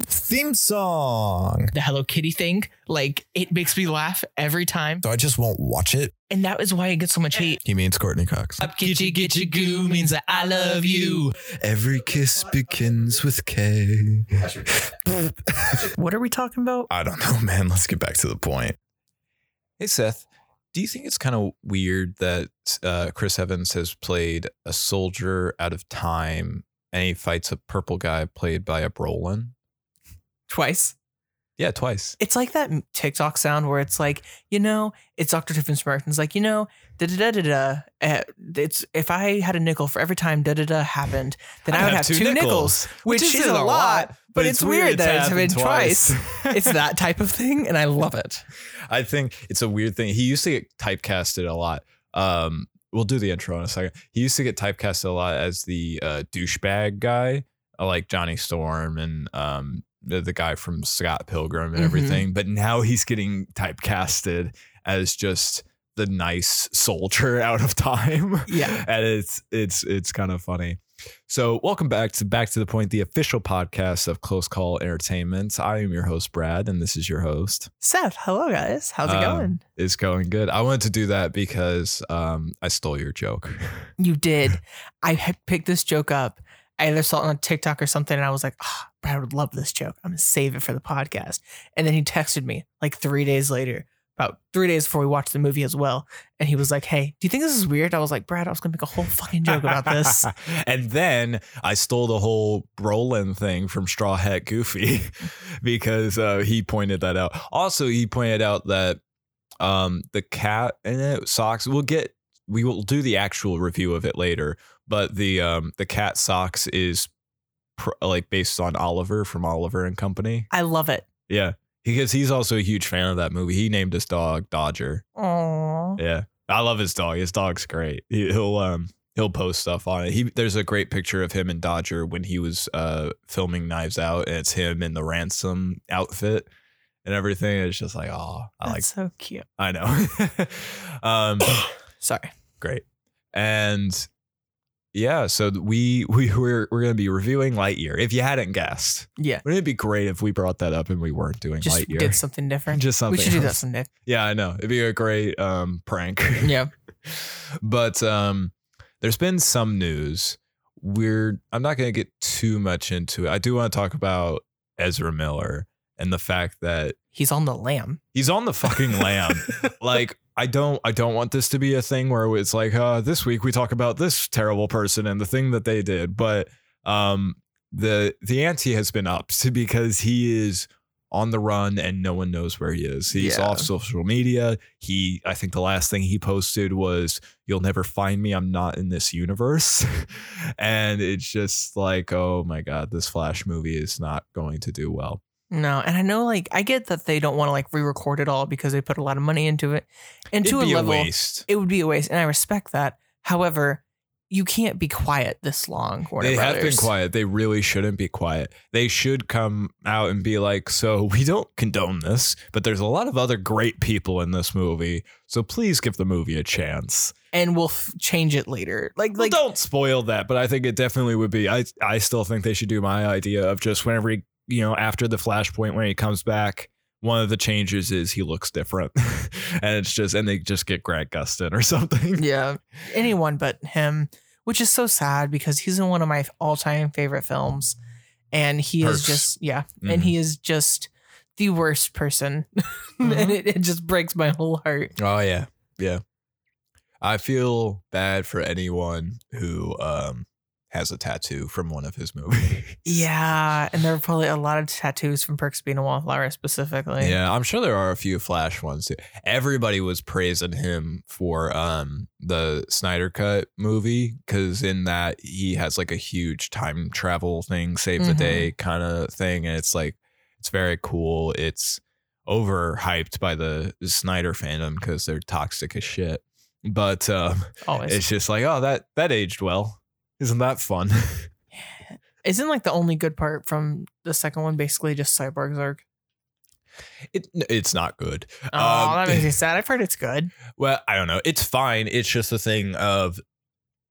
theme song. The Hello Kitty thing, like it makes me laugh every time. So I just won't watch it. And that is why it gets so much hate. He means Courtney Cox. Up Gitchy Gitchy Goo means that I love you. Every kiss begins with K. What are we talking about? I don't know, man. Let's get back to the point. Hey Seth, do you think it's kind of weird that uh, Chris Evans has played a soldier out of time and he fights a purple guy played by a Brolin? Twice. Yeah, twice. It's like that TikTok sound where it's like, you know, it's Dr. Tiffin Martin's like, you know, da da da da da. eh, It's if I had a nickel for every time da da da happened, then I would have, two nickels, which, which is isn't a a lot. lot, But it's weird that it's happened twice. it's that type of thing, and I love it. I think it's a weird thing. He used to get typecasted a lot. Um, we'll do the intro in a second. He used to get typecasted a lot as the uh, douchebag guy, uh, like Johnny Storm and um, the, the guy from Scott Pilgrim and Mhm. everything. But now he's getting typecasted as just the nice soldier out of time. Yeah. and it's it's it's kind of funny. So, welcome back to Back to the Point, the official podcast of Close Call Entertainment. I am your host Brad, and this is your host Seth, hello guys. How's it Um, going? it's going good. I wanted to do that because um, I stole your joke. You did. I had picked this joke up. I either saw it on TikTok or something, and I was like, oh, I would love this joke. I'm gonna save it for the podcast. And then he texted me like three days later, about three days before we watched the movie as well. And he was like, Hey, do you think this is weird? I was like, Brad, I was gonna make a whole fucking joke about this. and then I stole the whole Brolin thing from Straw Hat Goofy because uh, he pointed that out. Also, he pointed out that um, the cat in it socks. We'll get we will do the actual review of it later, but the um, the cat socks is pr- like based on Oliver from Oliver and Company. I love it. Yeah, because he's also a huge fan of that movie. He named his dog Dodger. Aww. Yeah, I love his dog. His dog's great. He, he'll um he'll post stuff on it. He there's a great picture of him and Dodger when he was uh filming Knives Out, and it's him in the ransom outfit and everything. It's just like oh, I like That's so cute. I know. um, Sorry. great, and yeah, so we we we're we're gonna be reviewing Lightyear. If you hadn't guessed, Yeah. wouldn't it be great if we brought that up and we weren't doing Just Lightyear? did something different. Just something. we should do that else. someday. Yeah, I know. It'd be a great um, prank. Yeah. but um, there's been some news. We're I'm not going to get too much into it. I do want to talk about Ezra Miller and the fact that He's on the lamb. he's on the fucking lamb. Like I don't I don't want this to be a thing where it's like uh, this week we talk about this terrible person and the thing that they did, but um, the the ante has been upped because he is on the run and no one knows where he is. He's Yeah. off social media. He I think the last thing he posted was you'll never find me. I'm not in this universe. and it's just like, oh my god, this Flash movie is not going to do well. No, and I know like I get that they don't want to like re-record it all because they put a lot of money into it. And to It'd be a level, waste. it would be a waste, and I respect that. However, you can't be quiet this long. Warner they have been Brothers. quiet. They really shouldn't be quiet. They should come out and be like, so we don't condone this, but there's a lot of other great people in this movie. So please give the movie a chance. and we'll f- change it later. Like, like well, don't spoil that, but I think it definitely would be. I, I still think they should do my idea of just whenever he, you know, after the flashpoint when he comes back, one of the changes is he looks different. and it's just, and they just get Grant Gustin or something. yeah, anyone but him, which is so sad because he's in one of my all-time favorite films, and he Perks. Mm-hmm. is just yeah, and he is just the worst person, Mm-hmm. and it, it just breaks my whole heart. Oh yeah, yeah. I feel bad for anyone who um has a tattoo from one of his movies. Yeah, and there are probably a lot of tattoos from Perks of Being a Wallflower specifically. yeah, I'm sure there are a few Flash ones too. Everybody was praising him for um the Snyder Cut movie because in that he has like a huge time travel thing, save the Mhm. day kind of thing, and it's like it's very cool. It's overhyped by the Snyder fandom because they're toxic as shit. But um always. It's just like, oh, that that aged well. Isn't that fun? Isn't like the only good part from the second one basically just Cyborg's arc? It, it's not good. Oh, Um, that makes me sad. I've heard it's good. Well, I don't know. It's fine. It's just the thing of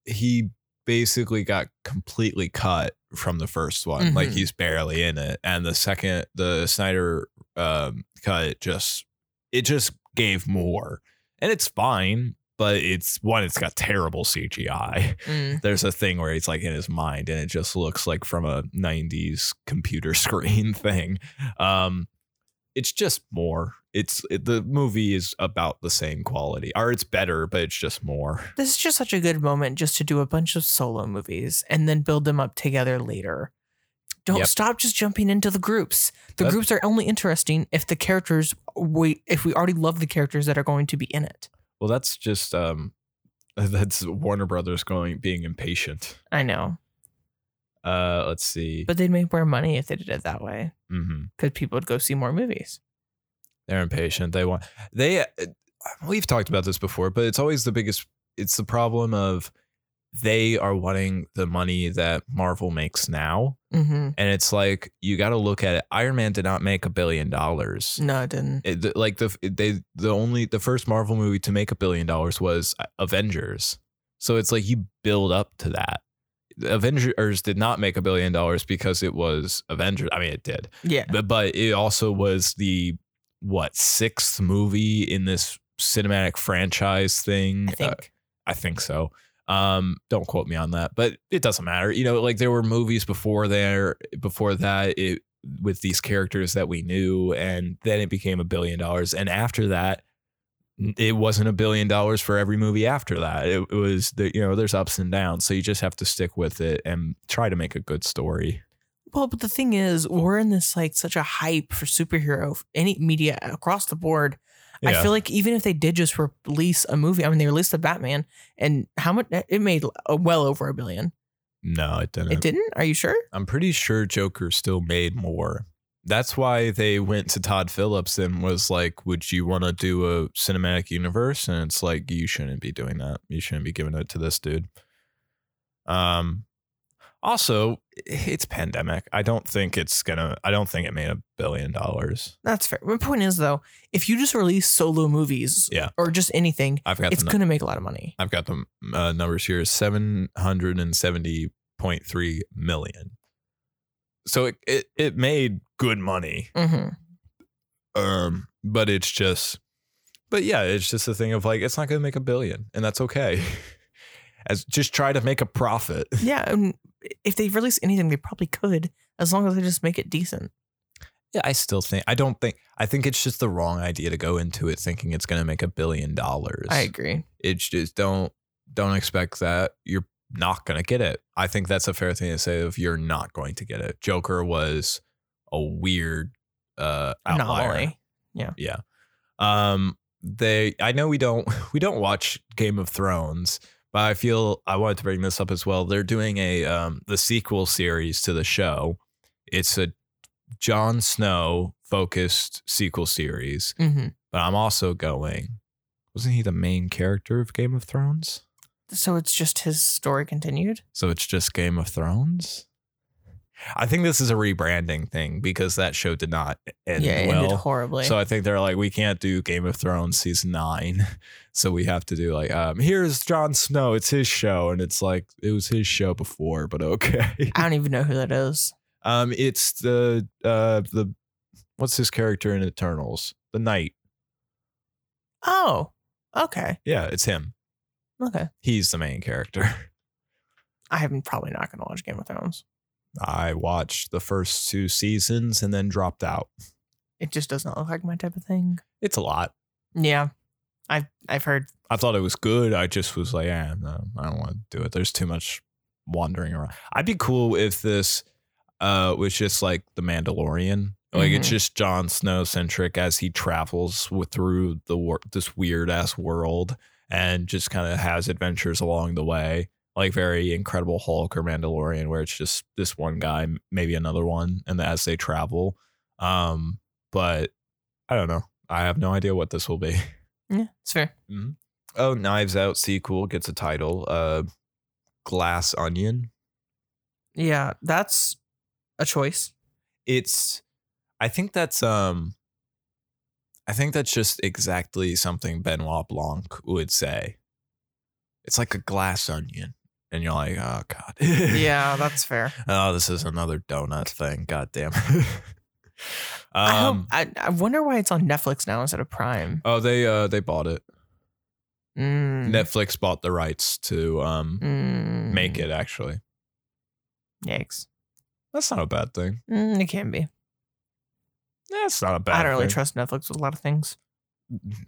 he basically got completely cut from the first one. Like Mhm. he's barely in it. And the second, the Snyder um, cut just, it just gave more. And it's fine, but it's one, it's got terrible CGI. Mm. There's a thing where it's like in his mind and it just looks like from a 90s computer screen thing. Um, it's just more. It's it, the movie is about the same quality, or it's better, but it's just more. This is just such a good moment just to do a bunch of solo movies and then build them up together later. Don't Yep. stop just jumping into the groups. The That's- groups are only interesting if the characters we if we already love the characters that are going to be in it. Well, that's just um, that's Warner Brothers going being impatient. I know, Uh, let's see. but they'd make more money if they did it that way hmm because people would go see more movies. They're impatient. They want they. uh, We've talked about this before, but it's always the biggest. It's the problem of they are wanting the money that Marvel makes now, hmm and it's like you got to look at it. Iron Man did not make a billion dollars. No, it didn't. It- the- like the they the only the first Marvel movie to make a billion dollars was uh, Avengers. So it's like you build up to that. Avengers did not make a billion dollars because it was Avengers. I mean, it did, Yeah, but but it also was the what sixth movie in this cinematic franchise thing. I think. Uh, I think so. Um, don't quote me on that, but it doesn't matter. You know, like there were movies before there, before that, it with these characters that we knew, and then it became a billion dollars. And after that, n- it wasn't a billion dollars for every movie after that. It, it was the you know, there's ups and downs, so you just have to stick with it and try to make a good story. Well, but the thing is, we're in this like such a hype for superhero any media across the board. I feel like even if they did just release a movie, I mean, they released the Batman, and how much it made uh, well over a billion. no, it didn't. It didn't? Are you sure? I'm pretty sure Joker still made more. That's why they went to Todd Phillips and was like, "Would you want to do a cinematic universe?" And it's like, "You shouldn't be doing that. You shouldn't be giving it to this dude." Um. Also, it's pandemic. I don't think it's gonna. I don't think it made a billion dollars. That's fair. My point is though, if you just release solo movies, Yeah. or just anything, I've got it's the. nu- gonna make a lot of money. I've got the uh, numbers here: seven hundred and seventy point three million. So it, it it made good money. hmm um but it's just but yeah it's just a thing of like it's not going to make a billion and that's okay as just try to make a profit Yeah, and if they release anything, they probably could, as long as they just make it decent. yeah i still think i don't think i think it's just the wrong idea to go into it thinking it's going to make a billion dollars I agree. it's just don't don't expect that you're not going to get it i think that's a fair thing to say if you're not going to get it joker was a weird uh outlier Anomaly. yeah um they i know we don't we don't watch game of thrones but i feel i wanted to bring this up as well they're doing a um the sequel series to the show it's a Jon Snow focused sequel series, hmm but I'm also going. Wasn't he the main character of Game of Thrones? So it's just his story continued. So it's just Game of Thrones? I think this is a rebranding thing because that show did not e-, end yeah, it well. ended horribly. So I think they're like, we can't do Game of Thrones season nine, so we have to do like, um, here's Jon Snow, it's his show, and it's like it was his show before, but okay. I don't even know who that is. um, it's the uh the what's his character in Eternals, the Knight. Oh, okay, Yeah, it's him. okay. He's the main character. I'm probably not gonna watch Game of Thrones. I watched the first two seasons and then dropped out. It just does not look like my type of thing. It's a lot. Yeah, I've I've heard. I thought it was good. I just was like, eh, no, I don't want to do it. There's too much wandering around. I'd be cool if this uh, was just like The Mandalorian. Like it's Mhm. just Jon Snow centric as he travels with, through the wor- this weird ass world and just kind of has adventures along the way, like very Incredible Hulk or Mandalorian, where it's just this one guy, m- maybe another one, and as they travel. Um, but I don't know. I have no idea what this will be. Yeah, it's fair. Oh, Knives Out sequel gets a title. Uh, Glass Onion. Yeah, that's a choice. It's, I think that's um, I think that's just exactly something Benoit Blanc would say. It's like a glass onion. and you're like, oh god, yeah, that's fair. oh, this is another donut thing. God damn. um, I, hope, I I wonder why it's on Netflix now instead of Prime. oh, they uh they bought it. Mm. Netflix bought the rights to um Mm. make it. Actually, Yikes. that's not a bad thing. Mm, it can be. That's not a bad. I don't really thing. trust Netflix with a lot of things.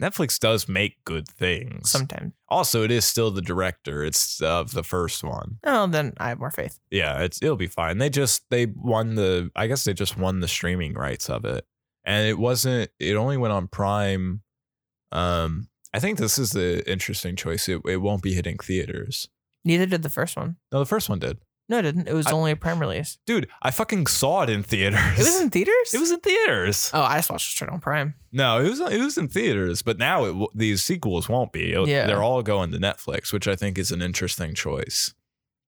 Netflix does make good things. Sometimes. also, it is still the director. It's of the first one. Oh, then I have more faith. yeah, it's it'll be fine. They just they won the I guess they just won the streaming rights of it. And it wasn't it only went on Prime. Um I think this is the interesting choice. It it won't be hitting theaters. Neither did the first one. No, the first one did. No, it didn't. It was I- only a prime release. Dude, I fucking saw it in theaters. It was in theaters. It was in theaters. Oh, I just watched it straight on Prime. No, it was it was in theaters, but now it, w- these sequels won't be. It'll- Yeah. they're all going to Netflix, which I think is an interesting choice.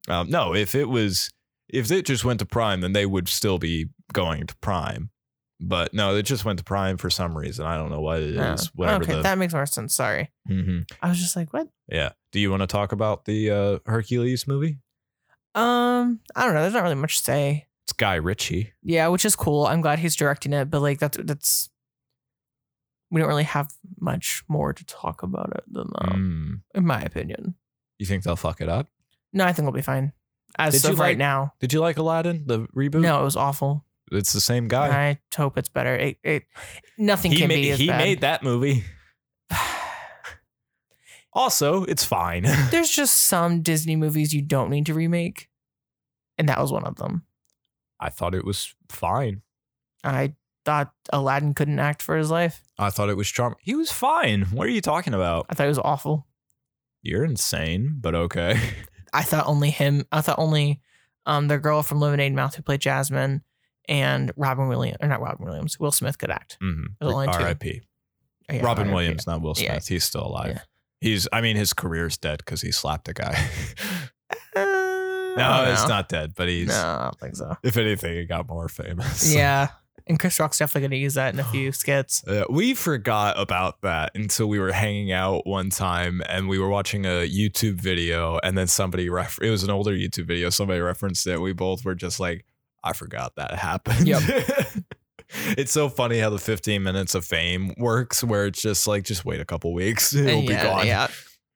Um, no, if it was if it just went to Prime, then they would still be going to Prime. But no, it just went to Prime for some reason. I don't know what it is. Oh. Whatever okay, the that makes more sense. Sorry, Mhm. I was just like, what? yeah. Do you want to talk about the uh, Hercules movie? Um, I don't know. There's not really much to say. It's Guy Ritchie. Yeah, which is cool. I'm glad he's directing it, but like that's that's we don't really have much more to talk about it than that, Mm. in my opinion. You think they'll fuck it up? No, I think we'll be fine. As Did of you right like- now, Did you like Aladdin the reboot? no, it was awful. it's the same guy. I hope it's better. It, it nothing He can ma- be as he bad. made that movie. Also, it's fine. There's just some Disney movies you don't need to remake, and that was one of them. I thought it was fine. I thought Aladdin couldn't act for his life. I thought it was charming. He was fine. What are you talking about? I thought it was awful. You're insane, but okay. I thought only him. I thought only um the girl from Lemonade Mouth who played Jasmine and Robin Williams or not Robin Williams, Will Smith could act. Mhm. There's only two. R.I.P. Yeah, Robin R.I.P. Williams, not Will Smith. Yeah. He's still alive. Yeah. He's. I mean, his career's dead because he slapped a guy. Uh, no, I don't it's know. not dead, but he's. No, I don't think so. If anything, he got more famous. Yeah, and Chris Rock's definitely gonna use that in a few skits. Uh, we forgot about that until we were hanging out one time and we were watching a YouTube video and then somebody ref it was an older YouTube video somebody referenced it we both were just like I forgot that happened. it's so funny how the 15 minutes of fame works where it's just like just wait a couple weeks it'll And be yeah, gone. Yeah.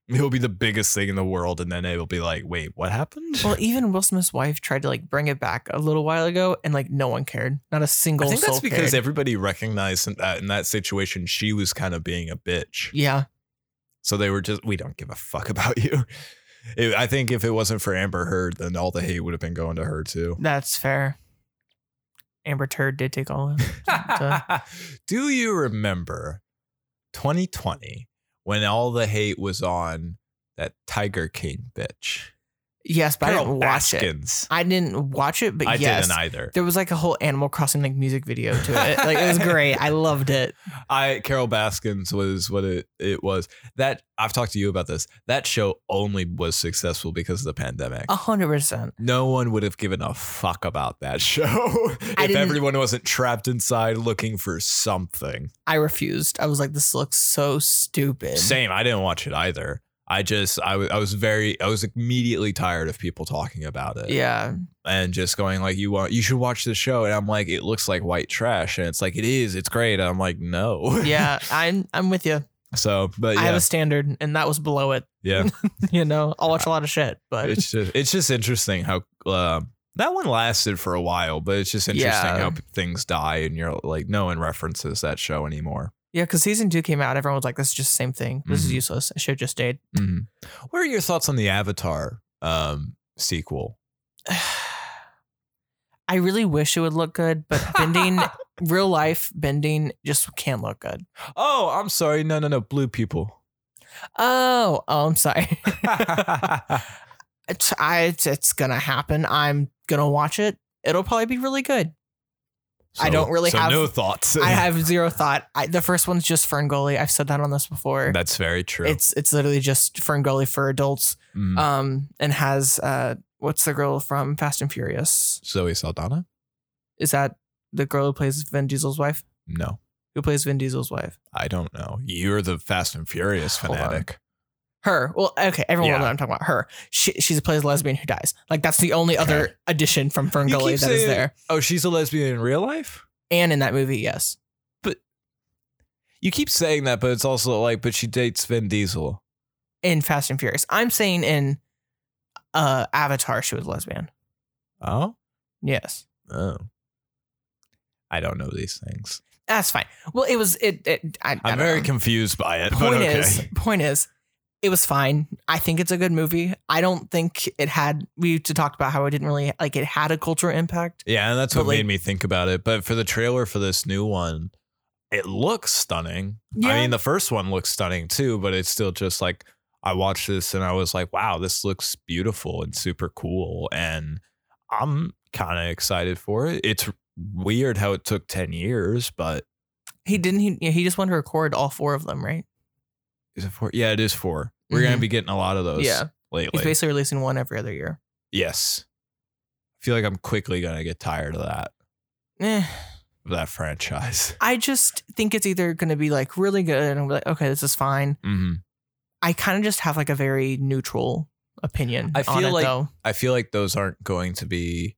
It'll be the biggest thing in the world and then it'll be like wait what happened? Well, even Will Smith's wife tried to like bring it back a little while ago, and like no one cared. Not a single. I think that's soul because cared. everybody recognized that in that situation she was kind of being a bitch. yeah, So they were just, we don't give a fuck about you. It, I think if it wasn't for Amber Heard, then all the hate would have been going to her too. that's fair. Amber Turd did take all of it. Do you remember 2020 when all the hate was on that Tiger King bitch? Yes, but I Carol didn't watch it. Baskins. I didn't watch it, but I yes, didn't either. there was like a whole Animal Crossing like music video to it. like it was great. I loved it. I Carol Baskins was what it, it was. That I've talked to you about this. That show only was successful because of the pandemic. A hundred percent. No one would have given a fuck about that show if didn't- e- everyone wasn't trapped inside looking for something. I refused. I was like, this looks so stupid. Same, I didn't watch it either. I just, I wa- I was very, I was immediately tired of people talking about it Yeah. and just going like, you want, you should watch this show. And I'm like, it looks like white trash. And it's like, it is, it's great. And I'm like, no. Yeah. I'm I'm with you. so, but yeah, I have a standard and that was below it. yeah. You know, I'll watch a lot of shit, but it's just it's just interesting how um that one lasted for a while, but it's just interesting Yeah. how p- things die and you're like no one references that show anymore. yeah, because season two came out, everyone was like, This is just the same thing. This is Mhm. useless. I should have just stayed. Mm-hmm. What are your thoughts on the Avatar um sequel? I really wish it would look good, but bending real life bending just can't look good. oh, I'm sorry. No, no, no. Blue people. Oh, oh, I'm sorry. I it's, I, it's, it's gonna happen. I'm gonna watch it. It'll probably be really good. I don't really have- no thoughts. I have zero thought. I, the first one's just Ferngully. I've said that on this before. That's very true. It's it's literally just Ferngully for adults. Mm. Um, and has uh, what's the girl from Fast and Furious? Zoe Saldana? Is that the girl who plays Vin Diesel's wife? No, Who plays Vin Diesel's wife? I don't know. You're the Fast and Furious Hold on. fanatic. Her. Well, okay, everyone Yeah. will know what I'm talking about. Her. She she plays a lesbian who dies. Like that's the only other addition from Fern You Gully keep that is saying- there. Oh, she's a lesbian in real life? And in that movie, yes. You keep saying that, but it's also like, but she dates Vin Diesel. In Fast and Furious. I'm saying in uh Avatar she was lesbian. Oh? Yes. Oh. I don't know these things. That's fine. Well, it was it, it I, I I'm don't very know. confused by it, but point okay. is point is it was fine i think it's a good movie i don't think it had we to talked about how it didn't really like it had a cultural impact Yeah, and that's But, what like- made me think about it. But for the trailer for this new one, it looks stunning. I mean, the first one looks stunning too, but it's still just like I watched this and I was like, wow, this looks beautiful and super cool. And I'm kind of excited for it. It's weird how it took 10 years, but he didn't he, yeah, he just wanted to record all four of them right is it four? Yeah, it is four. We're going to be getting a lot of those Mm-hmm. Yeah. lately. he's basically releasing one every other year yes. I feel like I'm quickly going to get tired of that, Eh, of that franchise. i just think it's either going to be like really good and i'm like okay this is fine hmm i kind of just have like a very neutral opinion I on feel it, like- though. I feel like those aren't going to be.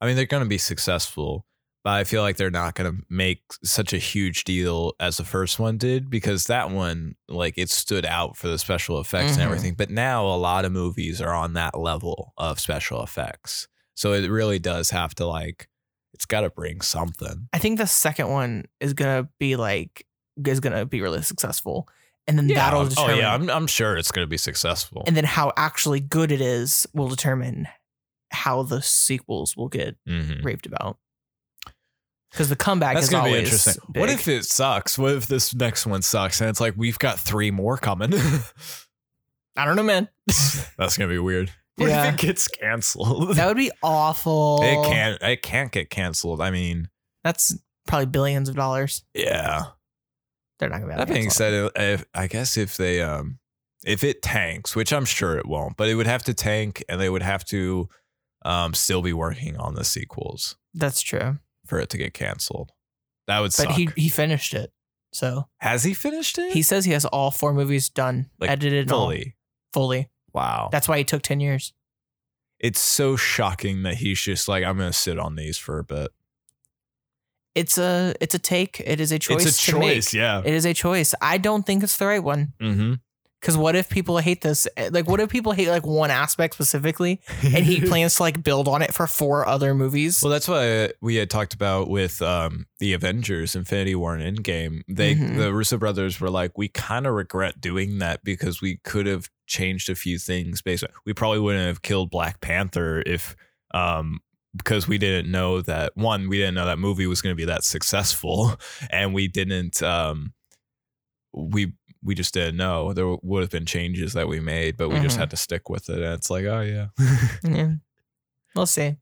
I mean, they're going to be successful, but I feel like they're not going to make such a huge deal as the first one did because that one, like, it stood out for the special effects Mhm. and everything. But now a lot of movies are on that level of special effects, so it really does have to like, it's got to bring something. I think the second one is gonna be like is gonna be really successful, and then that'll oh determine. yeah, I'm I'm sure it's going to be successful. and then how actually good it is will determine how the sequels will get Mhm. raved about. Because the comeback That's is gonna always be interesting. What big. if it sucks? What if this next one sucks and it's like we've got three more coming? I don't know, man? That's gonna be weird. What Yeah. if it gets canceled? That would be awful. it can't. It can't get canceled. I mean, That's probably billions of dollars. yeah. They're not gonna. Be able That to being cancel it. said, if, I guess if they, um, if it tanks, which I'm sure it won't, but it would have to tank, and they would have to, um, still be working on the sequels that's true. for it to get canceled. That would But suck. he he finished it, so Has he finished it? he says he has all four movies done, Like, edited and all, fully. fully. Wow. That's why he took ten years. it's so shocking that he's just like, I'm gonna sit on these for a bit. It's a it's a take. It is a choice. it's a to choice, make. yeah. It is a choice. I don't think it's the right one. mm-hmm. Because what if people hate this? Eh, Like, what if people hate like one aspect specifically, and he plans to like build on it for four other movies? Well, that's why we had talked about with um, the Avengers, Infinity War, and Endgame. They, Mhm. the Russo brothers, were like, we kind of regret doing that because we could have changed a few things. Based, on, we probably wouldn't have killed Black Panther if, um, because we didn't know that one, we didn't know that movie was going to be that successful, and we didn't, um, we we just didn't know there would have been changes that we made, but we just Mhm. had to stick with it. And it's like, oh yeah. yeah. We'll see.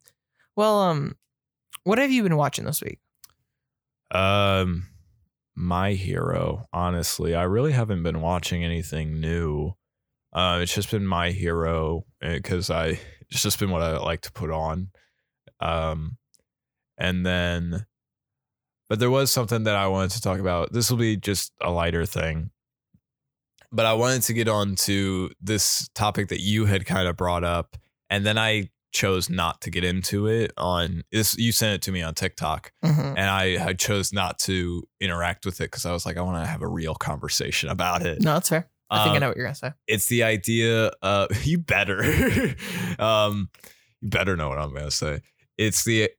Well, um, what have you been watching this week? Um, my hero. Honestly, I really haven't been watching anything new. Uh, it's just been my hero because I it's just been what I like to put on. Um, and then, but there was something that I wanted to talk about. This will be just a lighter thing. But I wanted to get on to this topic that you had kind of brought up, and then I chose not to get into it on this. You sent it to me on TikTok, Mhm. and I, I chose not to interact with it because I was like, I want to have a real conversation about it. No, that's fair. I think I Um, know what you're gonna say. It's the idea. Uh, you better, um, you better know what I'm gonna say. It's the.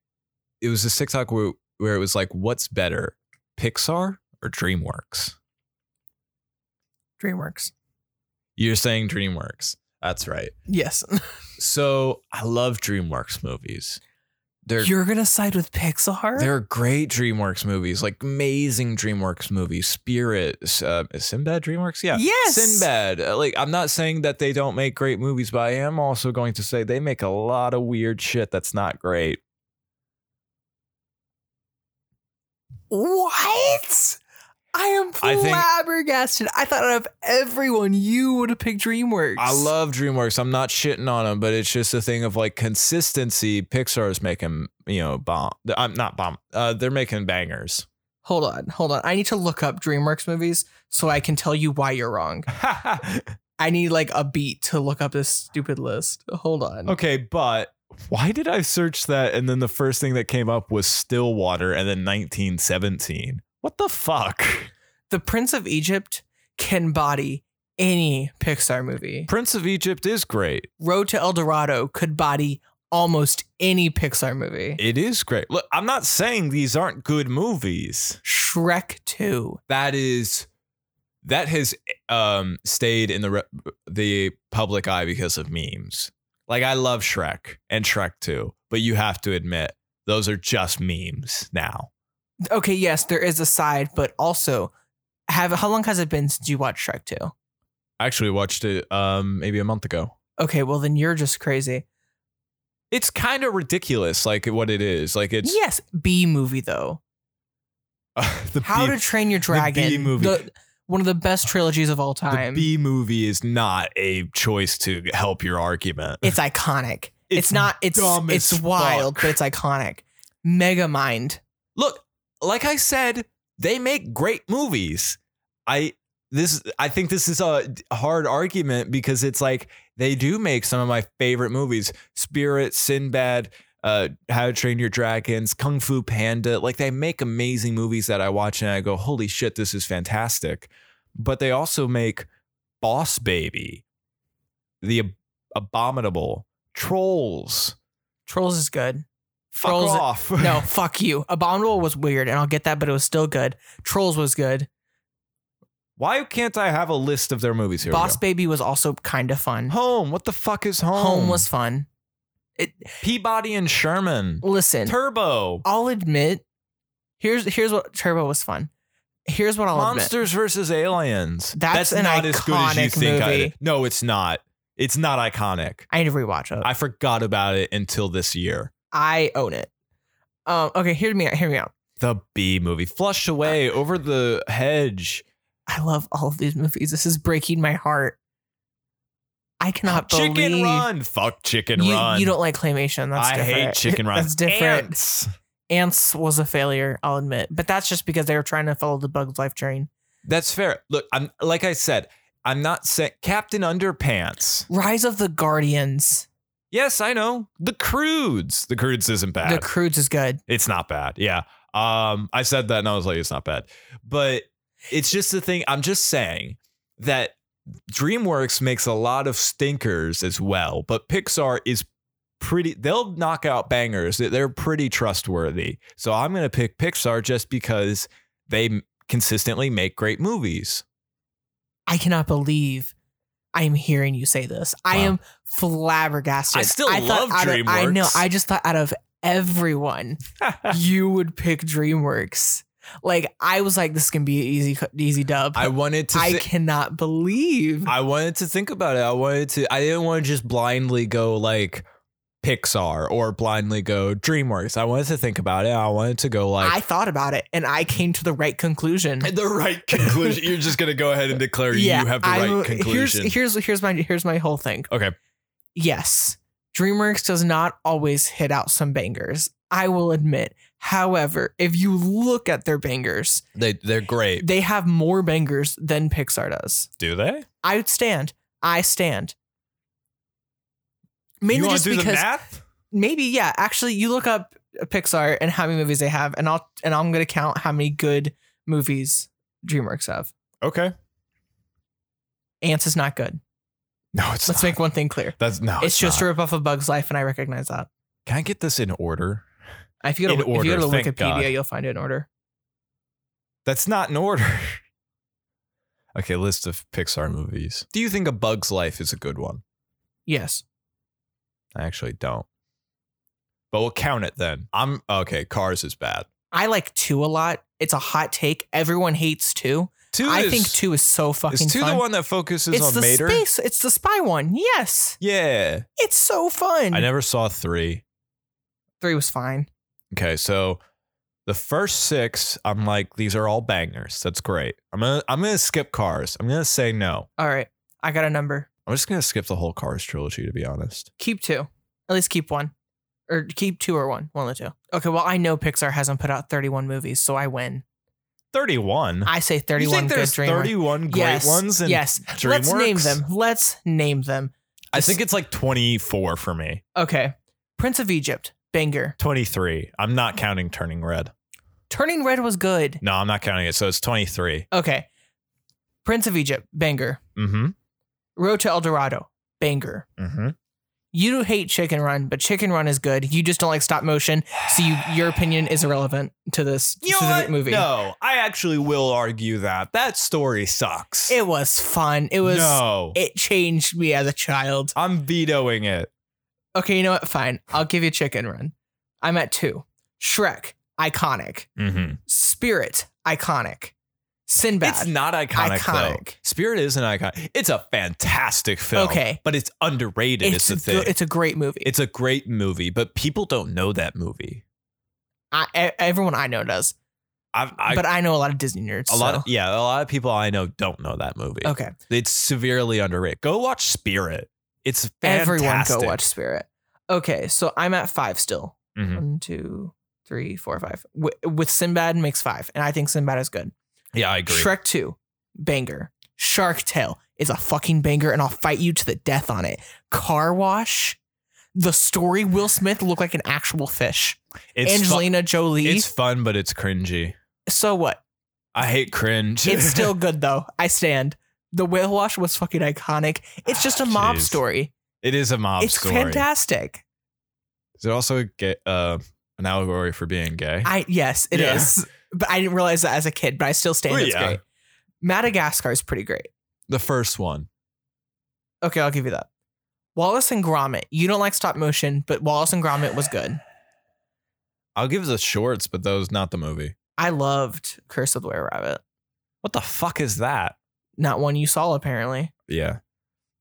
It was this TikTok where, where it was like, what's better, Pixar or DreamWorks? DreamWorks. You're saying DreamWorks. That's right. Yes, So I love DreamWorks movies. They're you're gonna side with Pixar. There are great DreamWorks movies, like amazing DreamWorks movies. Spirit, uh, is Sinbad DreamWorks? Yeah. Yes. Sinbad. Uh, Like, I'm not saying that they don't make great movies, but I am also going to say they make a lot of weird shit that's not great. What? I am I think- flabbergasted. I thought out of everyone, you would have picked DreamWorks. I love DreamWorks. I'm not shitting on them, but it's just a thing of like consistency. Pixar is making, you know, bomb. I'm not bomb. Uh, they're making bangers. Hold on, hold on. I need to look up DreamWorks movies so I can tell you why you're wrong. I need like a beat to look up this stupid list. Hold on. Okay, but why did I search that and then the first thing that came up was Stillwater and then 1917? What the fuck? The Prince of Egypt can body any Pixar movie. Prince of Egypt is great. Road to El Dorado could body almost any Pixar movie. It is great. Look, I'm not saying these aren't good movies. Shrek 2. That is that has um stayed in the re- the public eye because of memes. Like I love Shrek and Shrek 2, but you have to admit those are just memes now. Okay, yes, there is a side, but also have how long has it been since you watched Shrek 2? I actually watched it um maybe a month ago. Okay, well then you're just crazy. It's kind of ridiculous like what it is. Like it's yes, B movie though. the How B- to Train Your Dragon. B movie. the- one of the best trilogies of all the time. B movie is not a choice to help your argument. it's iconic. It's, It's not it's dumb as it's wild, fuck. but it's iconic. Megamind. look, like I said, they make great movies. I this I think this is a d- hard argument because it's like they do make some of my favorite movies: Spirit, Sinbad, uh, How to Train Your Dragons, Kung Fu Panda. Like they make amazing movies that I watch and I go, "Holy shit, this is fantastic!" But they also make Boss Baby, The Ab- Abominable, Trolls. Trolls is good. Fuck Trolls- off! No, fuck you. Abominable was weird, and I'll get that, but it was still good. Trolls was good. Why can't I have a list of their movies here? we Boss go. Baby was also kind of fun. Home. What the fuck is home? Home was fun. Peabody and Sherman. Listen, Turbo. I'll admit. Here's here's what Turbo was fun. Here's what I'll admit. Monsters versus Aliens. That's an iconic movie. I, no, it's not. It's not iconic. I need to rewatch it. I forgot about it until this year. I own it. Um. Okay. Hear me out. Hear me out. The B movie. Flushed away Uh, over the hedge. I love all of these movies. This is breaking my heart. I cannot Chicken believe Run. Fuck Chicken you, Run. you don't like claymation. That's I different. hate Chicken Run. That's different. Ants. Ants was a failure, I'll admit, but that's just because they were trying to follow the Bugs Life train. That's fair. Look, I'm like I said. I'm not saying Captain Underpants. Rise of the Guardians. Yes, I know. The Crudes. The Crudes isn't bad. The Croods is good. It's not bad. Yeah. Um, I said that and I was like, it's not bad. But it's just the thing. I'm just saying that DreamWorks makes a lot of stinkers as well, but Pixar is pretty, they'll knock out bangers. They- They're pretty trustworthy. So I'm going to pick Pixar just because they m- consistently make great movies. I cannot believe I am hearing you say this. I Wow. am flabbergasted. I still thought love out of- I know. DreamWorks. I just thought out of everyone, you would pick DreamWorks. Like I was like, this can be an easy, easy dub. I wanted to. I thi- cannot believe. I wanted to think about it. I wanted to. I didn't want to just blindly go like Pixar or blindly go DreamWorks. I wanted to think about it. I wanted to go I like thought about it and I came to the right conclusion. the right conclusion. You're just gonna go ahead and declare you have the I- right conclusion. Here's here's here's my here's my whole thing. okay, Yes, DreamWorks does not always hit out some bangers. I will admit. However, if you look at their bangers, they they're great. they have more bangers than Pixar does. Do they? I would stand. I stand. Mainly you want just to do the because math? maybe yeah. Actually, you look up Pixar and how many movies they have, and I'll and I'm gonna count how many good movies DreamWorks have. Okay. Ants is not good. No, it's Let's not. make one thing clear. That's no. it's just Oh, not. a ripoff of Bug's Life, and I recognize that. Can I get this in order? If you go to, In if you go to order, thank Wikipedia, God. you'll find it in order. That's not in order. okay, list of Pixar movies. Do you think A Bug's Life is a good one? Yes. I actually don't. But we'll count it then. I'm okay. Cars is bad. I like two a lot. It's a hot take. Everyone hates two. Two. I is, think two is so Is fucking two fun. the one that focuses it's on the Mater? space. It's the spy one. Yes. Yeah. It's so fun. I never saw three. Three was fine. Okay, so the first six, I'm like, these are all bangers. That's great. I'm gonna I'm gonna skip Cars. I'm gonna say no. All right. I got a number. I'm just gonna skip the whole Cars trilogy to be honest. Keep two. At least keep one. Or keep two or one. One of the two. Okay, well, I know Pixar hasn't put out 31 movies, so I win. 31. I say You 31 think good there's dream. 31 great Yes, ones in yes. DreamWorks? Let's name them. Let's name them. I think it's like 24 for me. Okay. Prince of Egypt, banger. 23. I'm not counting Turning Red. Turning Red was good. No, I'm not counting it. So it's 23. Okay. Prince of Egypt, banger. Mm-hmm. Road to El Dorado, banger. Mm-hmm. You hate Chicken Run, but Chicken Run is good. You just don't like stop motion, so you, your opinion is irrelevant to this You know specific what? movie. No, I actually will argue that that story sucks. It was fun. It was. no. It changed me as a child. I'm vetoing it. Okay, you know what? Fine. I'll give you Chicken Run. I'm at two. Shrek, iconic. Mm-hmm. Spirit, iconic. Sinbad. It's not iconic, Iconic. though. Spirit is an icon. It's a fantastic film. Okay. but it's underrated. It's, a the thing. good- it's a great movie. it's a great movie, but people don't know that movie. I, e- everyone I know does, I've, I, but I know a lot of Disney nerds. a lot, so- of, yeah, a lot of people I know don't know that movie. okay. It's severely underrated. Go watch Spirit. It's fantastic. Everyone go watch Spirit. Okay, so I'm at five still. Mhm. One, two, three, four, five. Wi- with Sinbad makes five, and I think Sinbad is good. Yeah, I agree. Shrek Two, banger. Shark Tale is a fucking banger, and I'll fight you to the death on it. Car Wash. The story Will Smith looked like an actual fish. it's fu- Angelina Jolie. it's fun, but it's cringy. so what? I hate cringe. It's still good though. I stand. The whale wash was fucking iconic. It's just a mob Ah, Jeez. story. it is a mob it's story. fantastic. Is it also gay, uh, an allegory for being gay? I yes, it is. Yeah. But I didn't realize that as a kid, but I still stand. Well, it's yeah. great. Madagascar is pretty great. the first one. Okay, I'll give you that. Wallace and Gromit. You don't like stop motion, but Wallace and Gromit was good. I'll give the shorts, but those not the movie. I loved Curse of the Were Rabbit. What the fuck is that? Not one you saw apparently. Yeah,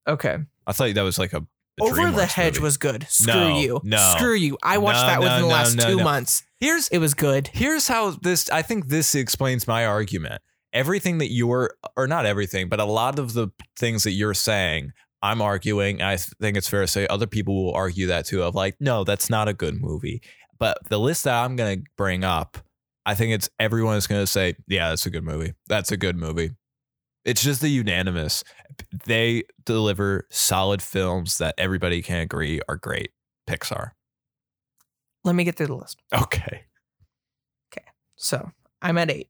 Okay. I thought that was like a, a Over the DreamWorks Hedge movie. was good. Screw No, you. no. Screw you. I watched No, that no, within the no, last no, two no. months. here's It was good. here's how this I think this explains my argument. Everything that you're or not everything, but a lot of the things that you're saying, I'm arguing. I think it's fair to say other people will argue that too of like, no, that's not a good movie. But the list that I'm going to bring up, I think it's everyone is going to say, yeah, that's a good movie. That's a good movie. It's just the unanimous. They deliver solid films that everybody can agree are great. Pixar. Let me get through the list. Okay. So I'm at eight.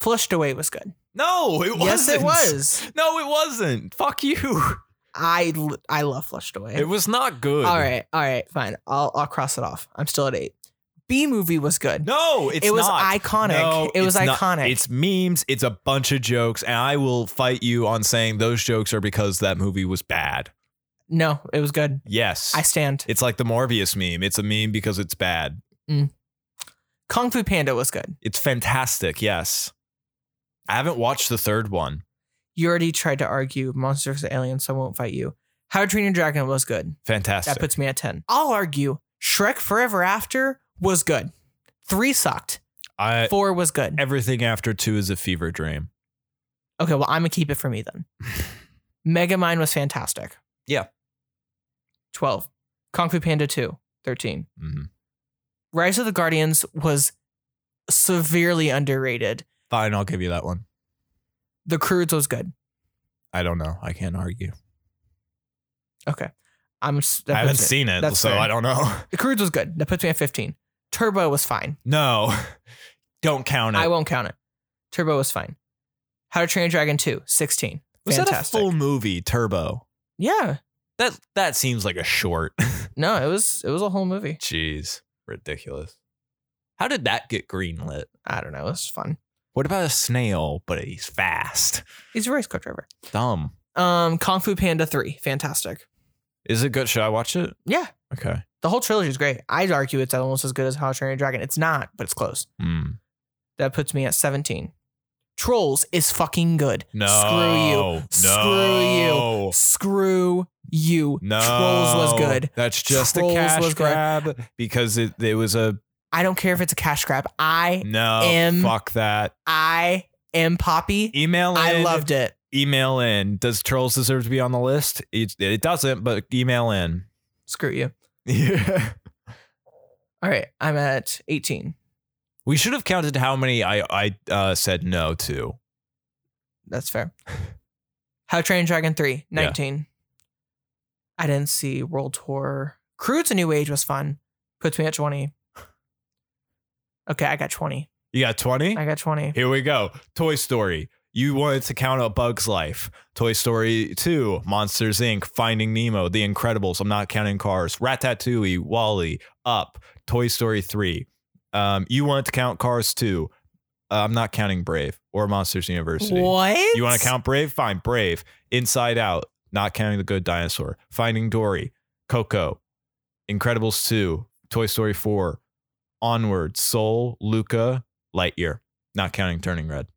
Flushed away was good. No, it wasn't. Yes, it was. No, it wasn't. Fuck you. I l- I love flushed away. It was not good. all right, all right, fine. I'll I'll cross it off. I'm still at eight. B movie was good. No, it's it was not. iconic. No, it was it's not. iconic. It's memes. It's a bunch of jokes, and I will fight you on saying those jokes are because that movie was bad. no, it was good. Yes, I stand. it's like the Morbius meme. It's a meme because it's bad. Kung Fu Panda was good. It's fantastic. Yes, I haven't watched the third one. You already tried to argue Monster vs. Alien, so I won't fight you. How to Train Your Dragon was good. Fantastic. That puts me at ten. I'll argue Shrek Forever After was good. Three sucked. I Four was good. everything after two is a fever dream. Okay, well I'm gonna keep it for me then. Megamind was fantastic. Yeah. 12. Kung Fu Panda 2, 13. Mhm. Rise of the Guardians was severely underrated. Fine, I'll give you that one. The Croods was good. I don't know. I can't argue. I'm s- that I haven't puts me- seen it, That's so fair. I don't know. The Croods was good. That puts me at 15. Turbo was fine. No, don't count it. I won't count it. Turbo was fine. How to Train Your Dragon 2, 16. Was Fantastic. that a full movie, Turbo? yeah. That that seems like a short. No, it was it was a whole movie. Jeez, ridiculous. How did that get greenlit? I don't know. It was fun. What about a snail, but he's fast? He's a race car driver. Dumb. Um, Kung Fu Panda 3. Fantastic. Is it good? Should I watch it? Yeah. Okay. The whole trilogy is great. I'd argue it's almost as good as How to Train Your Dragon. It's not, but it's close. Hmm. That puts me at 17. Trolls is fucking good. No. Screw No. Screw you. Screw you. No. Trolls was good. That's just Trolls a cash was good. grab because it, it was a I don't care if it's a cash grab. I no. Am- fuck that. I am Poppy. Email. In, I loved it. Email in. Does trolls deserve to be on the list? It, it doesn't, but email in. Screw you. Yeah. All right. I'm at 18. We should have counted how many I I uh, said no to. That's fair. How to Train Your Dragon 3, Yeah. 19. I didn't see World Tour. Crew to New Age was fun. Puts me at 20. Okay, I got 20. You got twenty. I got 20. Here we go. Toy Story. You wanted to count up Bug's Life. Toy Story 2, Monsters Inc., Finding Nemo, The Incredibles. I'm not counting Cars. Ratatouille, Wally, Up, Toy Story 3. Um, you wanted to count Cars 2. Uh, I'm not counting Brave or Monsters University. What? You want to count Brave? Fine. Brave. Inside Out, not counting The Good Dinosaur. Finding Dory, Coco, Incredibles 2, Toy Story 4, Onward, Soul, Luca, Lightyear, not counting Turning Red.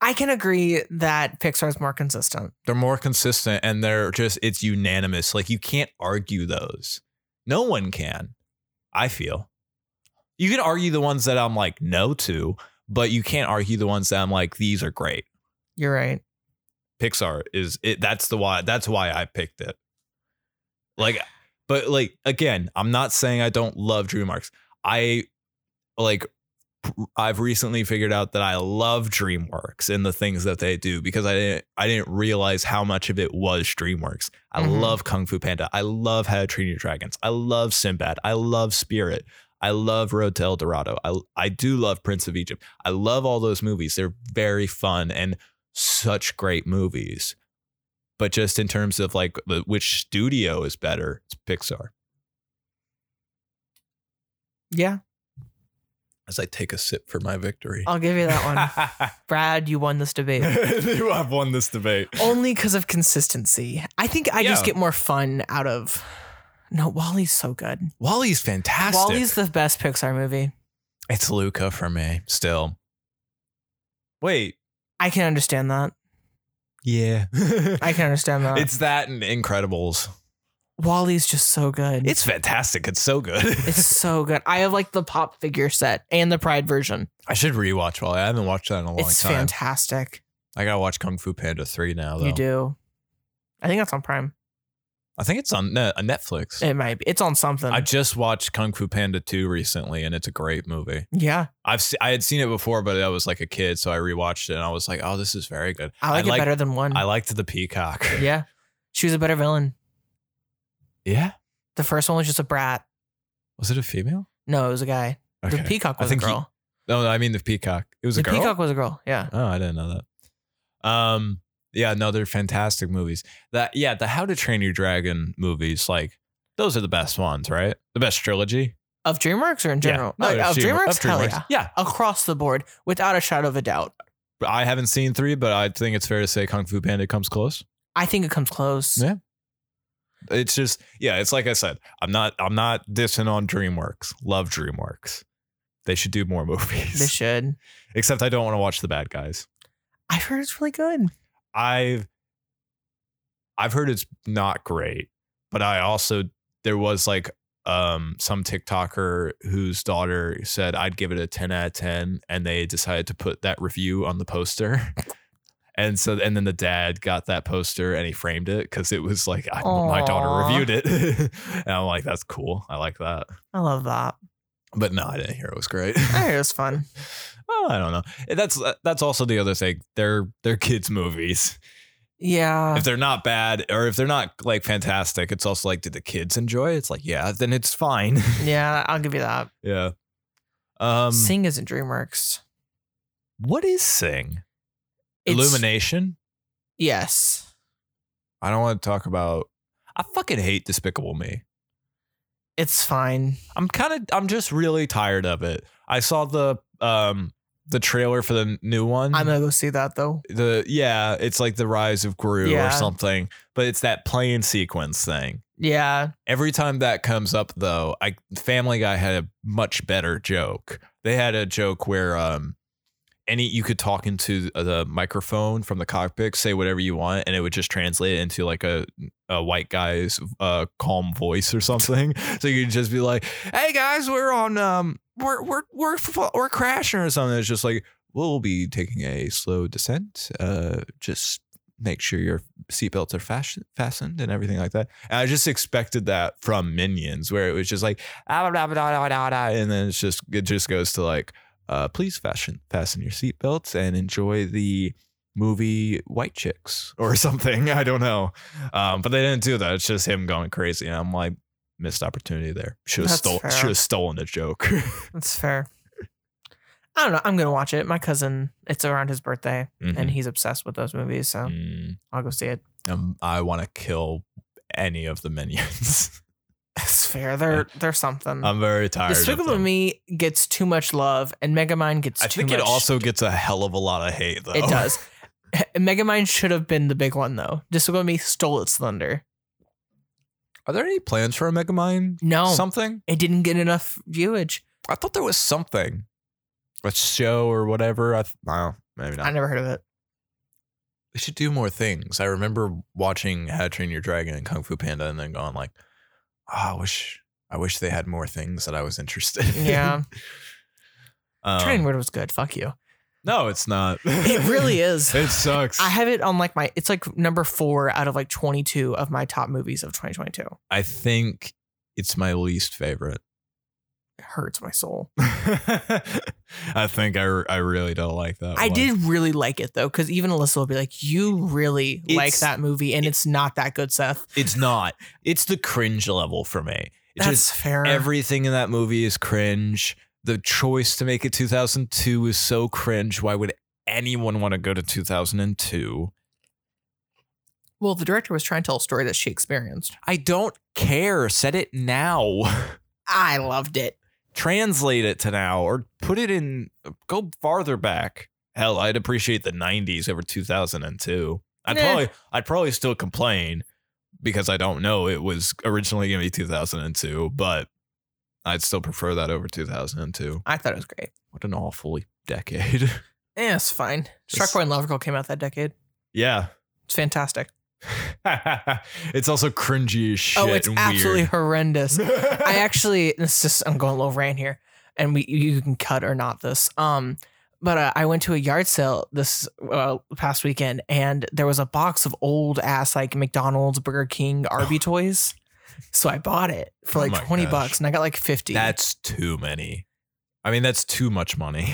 I can agree that Pixar's more consistent. They're more consistent and they're just, it's unanimous. Like you can't argue those. No one can, I feel. You can argue the ones that I'm like no to, but you can't argue the ones that I'm like, these are great. You're right. Pixar is it that's the why that's why I picked it. Like but like again, I'm not saying I don't love DreamWorks. I like pr- I've recently figured out that I love DreamWorks and the things that they do because I didn't I didn't realize how much of it was DreamWorks. I Mhm. love Kung Fu Panda. I love How to Train Your Dragons. I love Sinbad. I love Spirit. I love Road to El Dorado. I I do love Prince of Egypt. I love all those movies. They're very fun and such great movies. But just in terms of like the- which studio is better, it's Pixar. Yeah, As I take a sip for my victory. I'll give you that one. Brad, you won this debate. you have won this debate. Only because of consistency. I think I just Yeah. get more fun out of. No, Wally's so good. Wally's fantastic. Wally's the best Pixar movie. it's Luca for me still. Wait, I can understand that. yeah, I can understand that. it's that and Incredibles. Wally's just so good. It's fantastic. It's so good. it's so good. I have like the pop figure set and the Pride version. I should rewatch Wally. I haven't watched that in a long It's time. fantastic. I gotta watch Kung Fu Panda three now. Though You do. I think that's on Prime. I think it's on Net- Netflix. It might be. It's on something. I just watched Kung Fu Panda 2 recently and it's a great movie. yeah, I've se- I had seen it before but I was like a kid so I rewatched it and I was like, "Oh, this is very good." I like I it better than one. I liked the peacock. Mm. yeah, she was a better villain. Yeah? The first one was just a brat. Was it a female? No, it was a guy. Okay. The peacock I was a think he- girl. no, no, I mean the peacock. It was the a girl. peacock was a girl. Yeah. oh, I didn't know that. Um yeah, no, they're fantastic movies. That yeah, the How to Train Your Dragon movies like those are the best ones, right? The best trilogy. Of DreamWorks or in general? Yeah. No, Uh, of Dream- DreamWorks? of Hell DreamWorks. yeah. yeah. Across the board, without a shadow of a doubt. I haven't seen 3, but I think it's fair to say Kung Fu Panda comes close. I think it comes close. Yeah. it's just yeah it's like i said i'm not i'm not dissing on dreamworks love dreamworks they should do more movies They should. except i don't want to watch the bad guys I've heard it's really good. i've i've heard it's not great but i also there was like um some tiktoker whose daughter said i'd give it a 10 out of 10 and they decided to put that review on the poster and so and then the dad got that poster and he framed it because it was like I, my daughter Aw. reviewed it and i'm like that's cool i like that I love that. but no i didn't hear it was great I heard it was fun. oh i don't know that's that's also the other thing they're they're kids movies Yeah. if they're not bad or if they're not like fantastic it's also like did the kids enjoy it? it's like yeah then it's fine Yeah, I'll give you that. yeah um Sing isn't DreamWorks. what is sing It's- illumination Yes. i don't want to talk about i fucking hate despicable me It's fine. I'm kind of I'm just really tired of it. I saw the um the trailer for the new one. I'm gonna go see that though. the yeah, it's like the rise of Gru Yeah. or something, but it's that plane sequence thing. Yeah. Every time that comes up though, I Family Guy had a much better joke. They had a joke where um any you could talk into uh, the microphone from the cockpit, say whatever you want, and it would just translate it into like a a white guy's uh, calm voice or something. So you'd just be like, "Hey guys, we're on um, we're we're we're fa- we're crashing or something." It's just like we'll be taking a slow descent. Uh, just make sure your seatbelts are fashion, fastened and everything like that. And I just expected that from Minions, where it was just like, "Ah, blah, blah, blah, blah, blah," and then it's just it just goes to like, uh, please fashion fasten your seatbelts and enjoy the movie White Chicks or something. I don't know, um, but they didn't do that. It's just him going crazy, and I'm like, missed opportunity there. Should have That's stole, fair. should have stolen the joke. That's fair. I don't know. I'm gonna watch it. My cousin, it's around his birthday, Mm-hmm. Hmm. and he's obsessed with those movies, so Mhm. I'll go see it. Um, I want to kill any of the minions. That's fair. They're they're something. I'm very tired. of Despicable them. Me gets too much love, and Megamind gets I too think much. it also gets a hell of a lot of hate, though. it does. Megamind should have been the big one though. Despicable Me stole its thunder. Are there any plans for a Megamind? No, Something? it didn't get enough viewage. I thought there was something. A show or whatever. I, th- I don't Maybe not. I never heard of it. They should do more things. I remember watching How to Train Your Dragon and Kung Fu Panda and then going like, "Ah, oh, I wish I wish they had more things that I was interested in. Yeah, Um, Training Word was good. Fuck you. No, it's not. It really is. it sucks. I have it on like my. It's like number four out of like 22 of my top movies of 2022. I think it's my least favorite. It hurts my soul. I think I, re- I really don't like that I one. did really like it though, because even Alyssa will be like, "You really like It's- that movie, and it's not that good, Seth." It's not. It's the cringe level for me. It's That's just fair. everything in that movie is cringe. The choice to make it 2002 is so cringe. Why would anyone want to go to 2002? well, the director was trying to tell a story that she experienced. I don't care. Set it now. I loved it. Translate it to now or put it in, go farther back. Hell, I'd appreciate the 90s over 2002. I'd Nah. probably, I'd probably still complain because I don't know it was originally going to be 2002, but I'd still prefer that over 2002. I thought it was great. What an awful decade. Yeah, it's fine. Just- Starboy and Love Girl came out that decade. yeah. It's fantastic. it's also cringy as shit oh, it's and absolutely weird. horrendous. I I actually this is I'm going a little rant here, and we you can cut or not this. Um, but uh, I went to a yard sale this uh, past weekend, and there was a box of old ass like McDonald's, Burger King, Arby toys. So I bought it for Oh like my twenty gosh. bucks, and I got like fifty. That's too many. I mean, that's too much money.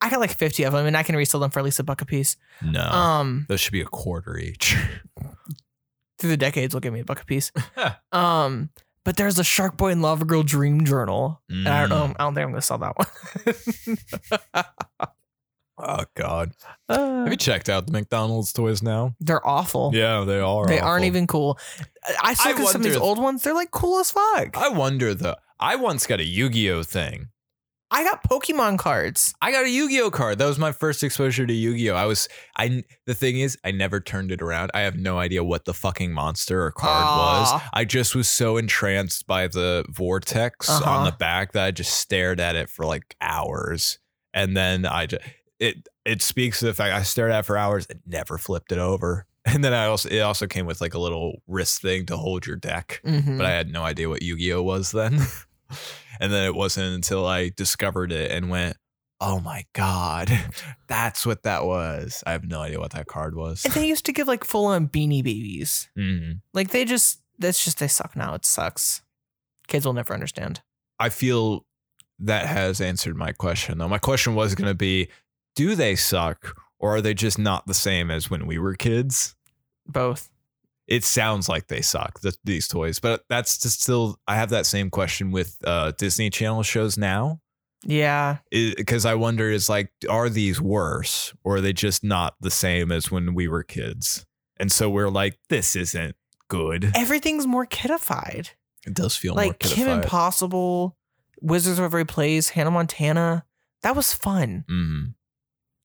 I got like fifty of them, and I can resell them for at least a buck a piece. No. Um, those should be a quarter each. through the decades, will give me a buck a piece. um, but there's a Shark Boy and Lava Girl Dream Journal, and Mm. I don't know. I don't think I'm gonna sell that one. Oh God. Uh, Have you checked out the McDonald's toys now? they're awful. Yeah, they are. They aren't awful. even cool. I- I still I look at some of these wonder- old ones. They're like cool as fuck. I, I wonder though. I once got a Yu-Gi-Oh thing. got Pokemon cards. I got a Yu-Gi-Oh card. That was my first exposure to Yu-Gi-Oh. I was I the thing is I never turned it around. I have no idea what the fucking monster or card was. Aw. I just was so entranced by the vortex Uh-huh. on the back that I just stared at it for like hours. And then I just it it speaks to the fact I stared at it for hours and never flipped it over. And then I also it also came with like a little wrist thing to hold your deck Mhm. but I had no idea what Yu-Gi-Oh was then. and then it wasn't until I discovered it and went, "Oh my god, that's what that was." I have no idea what that card was. and they used to give like full on beanie babies. Mhm. Like they just, that's just, they suck now. It sucks. Kids will never understand. I feel that has answered my question though. My question was going to be, do they suck or are they just not the same as when we were kids? Both. It sounds like they suck th- these toys, but that's just still. I have that same question with uh, Disney Channel shows now. Yeah. because I wonder is like, are these worse or are they just not the same as when we were kids? And so we're like, this isn't good. Everything's more kidified. Eh, It does feel more like Kim kidified. Impossible, Wizards of Every Place, Hannah Montana. That was fun. Mm.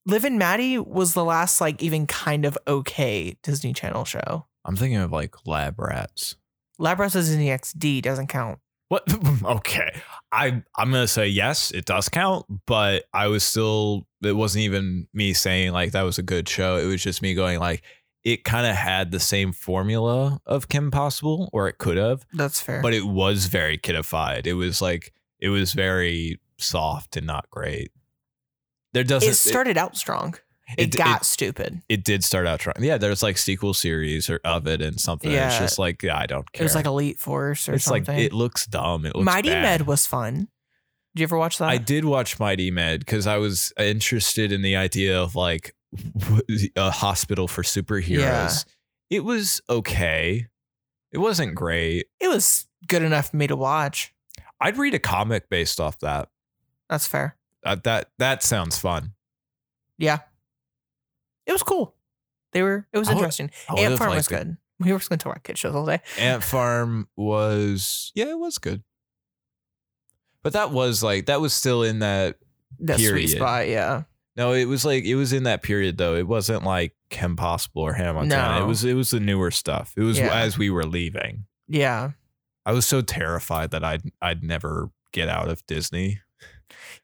Live and Maddie was the last, like, even kind of okay Disney Channel show. I'm thinking of like lab rats. Lab Rats is in the XD, doesn't count. What? okay. I, I'm going to say yes, it does count, but I was still, it wasn't even me saying like that was a good show. It was just me going like, it kind of had the same formula of Kim Possible, or it could have. That's fair. but it was very kidified. It was like it was very soft and not great. There doesn't it started out strong. It, got stupid. it did start out trying. Yeah, there's like sequel series or of it and something. It's Yeah. just like yeah, I don't care. It was like Elite Force or it's something. like it looks dumb. It looks Mighty bad. Med was fun. Did you ever watch that? I did watch Mighty Med because I was interested in the idea of like w- a hospital for superheroes. Yeah. It was okay. It wasn't great. It was good enough for me to watch. I'd read a comic based off that. That's fair. Uh, that that sounds fun. Yeah. It was cool. They were it was I would- interesting. Oh, I Ant would've Farm was liked it. good. We were just gonna talk about kid shows all day. Ant Farm was yeah, it was good. But that was like that was still in that That Period. sweet spot, yeah. no, it was like it was in that period though. It wasn't like Kim Possible or Hannah Montana. No. It was it was the newer stuff. It was Yeah. as we were leaving. Yeah. I was so terrified that I'd I'd never get out of Disney.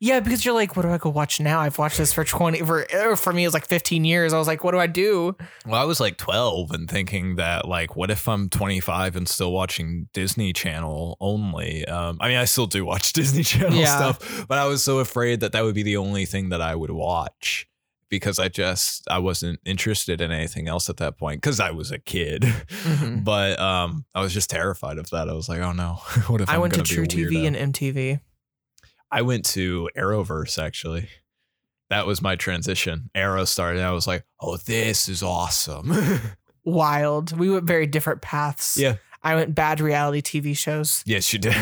Yeah, because you're like, what do I go watch now? I've watched this for twenty for er, for me it was like fifteen years. I was like, what do I do? Well, I was like 12 and thinking that like what if I'm 25 and still watching Disney Channel only? Um, I mean, I still do watch Disney Channel Yeah. stuff, but I was so afraid that that would be the only thing that I would watch because I just I wasn't interested in anything else at that point cuz I was a kid. Mhm. But um I was just terrified of that. I was like, "Oh no. what if I I'm went to gonna be a True TV weirdo? and MTV. I went to Arrowverse actually. That was my transition. Arrow started. And I was like, "Oh, this is awesome." Wild. We went very different paths. Yeah. I went bad reality TV shows. yes, you did.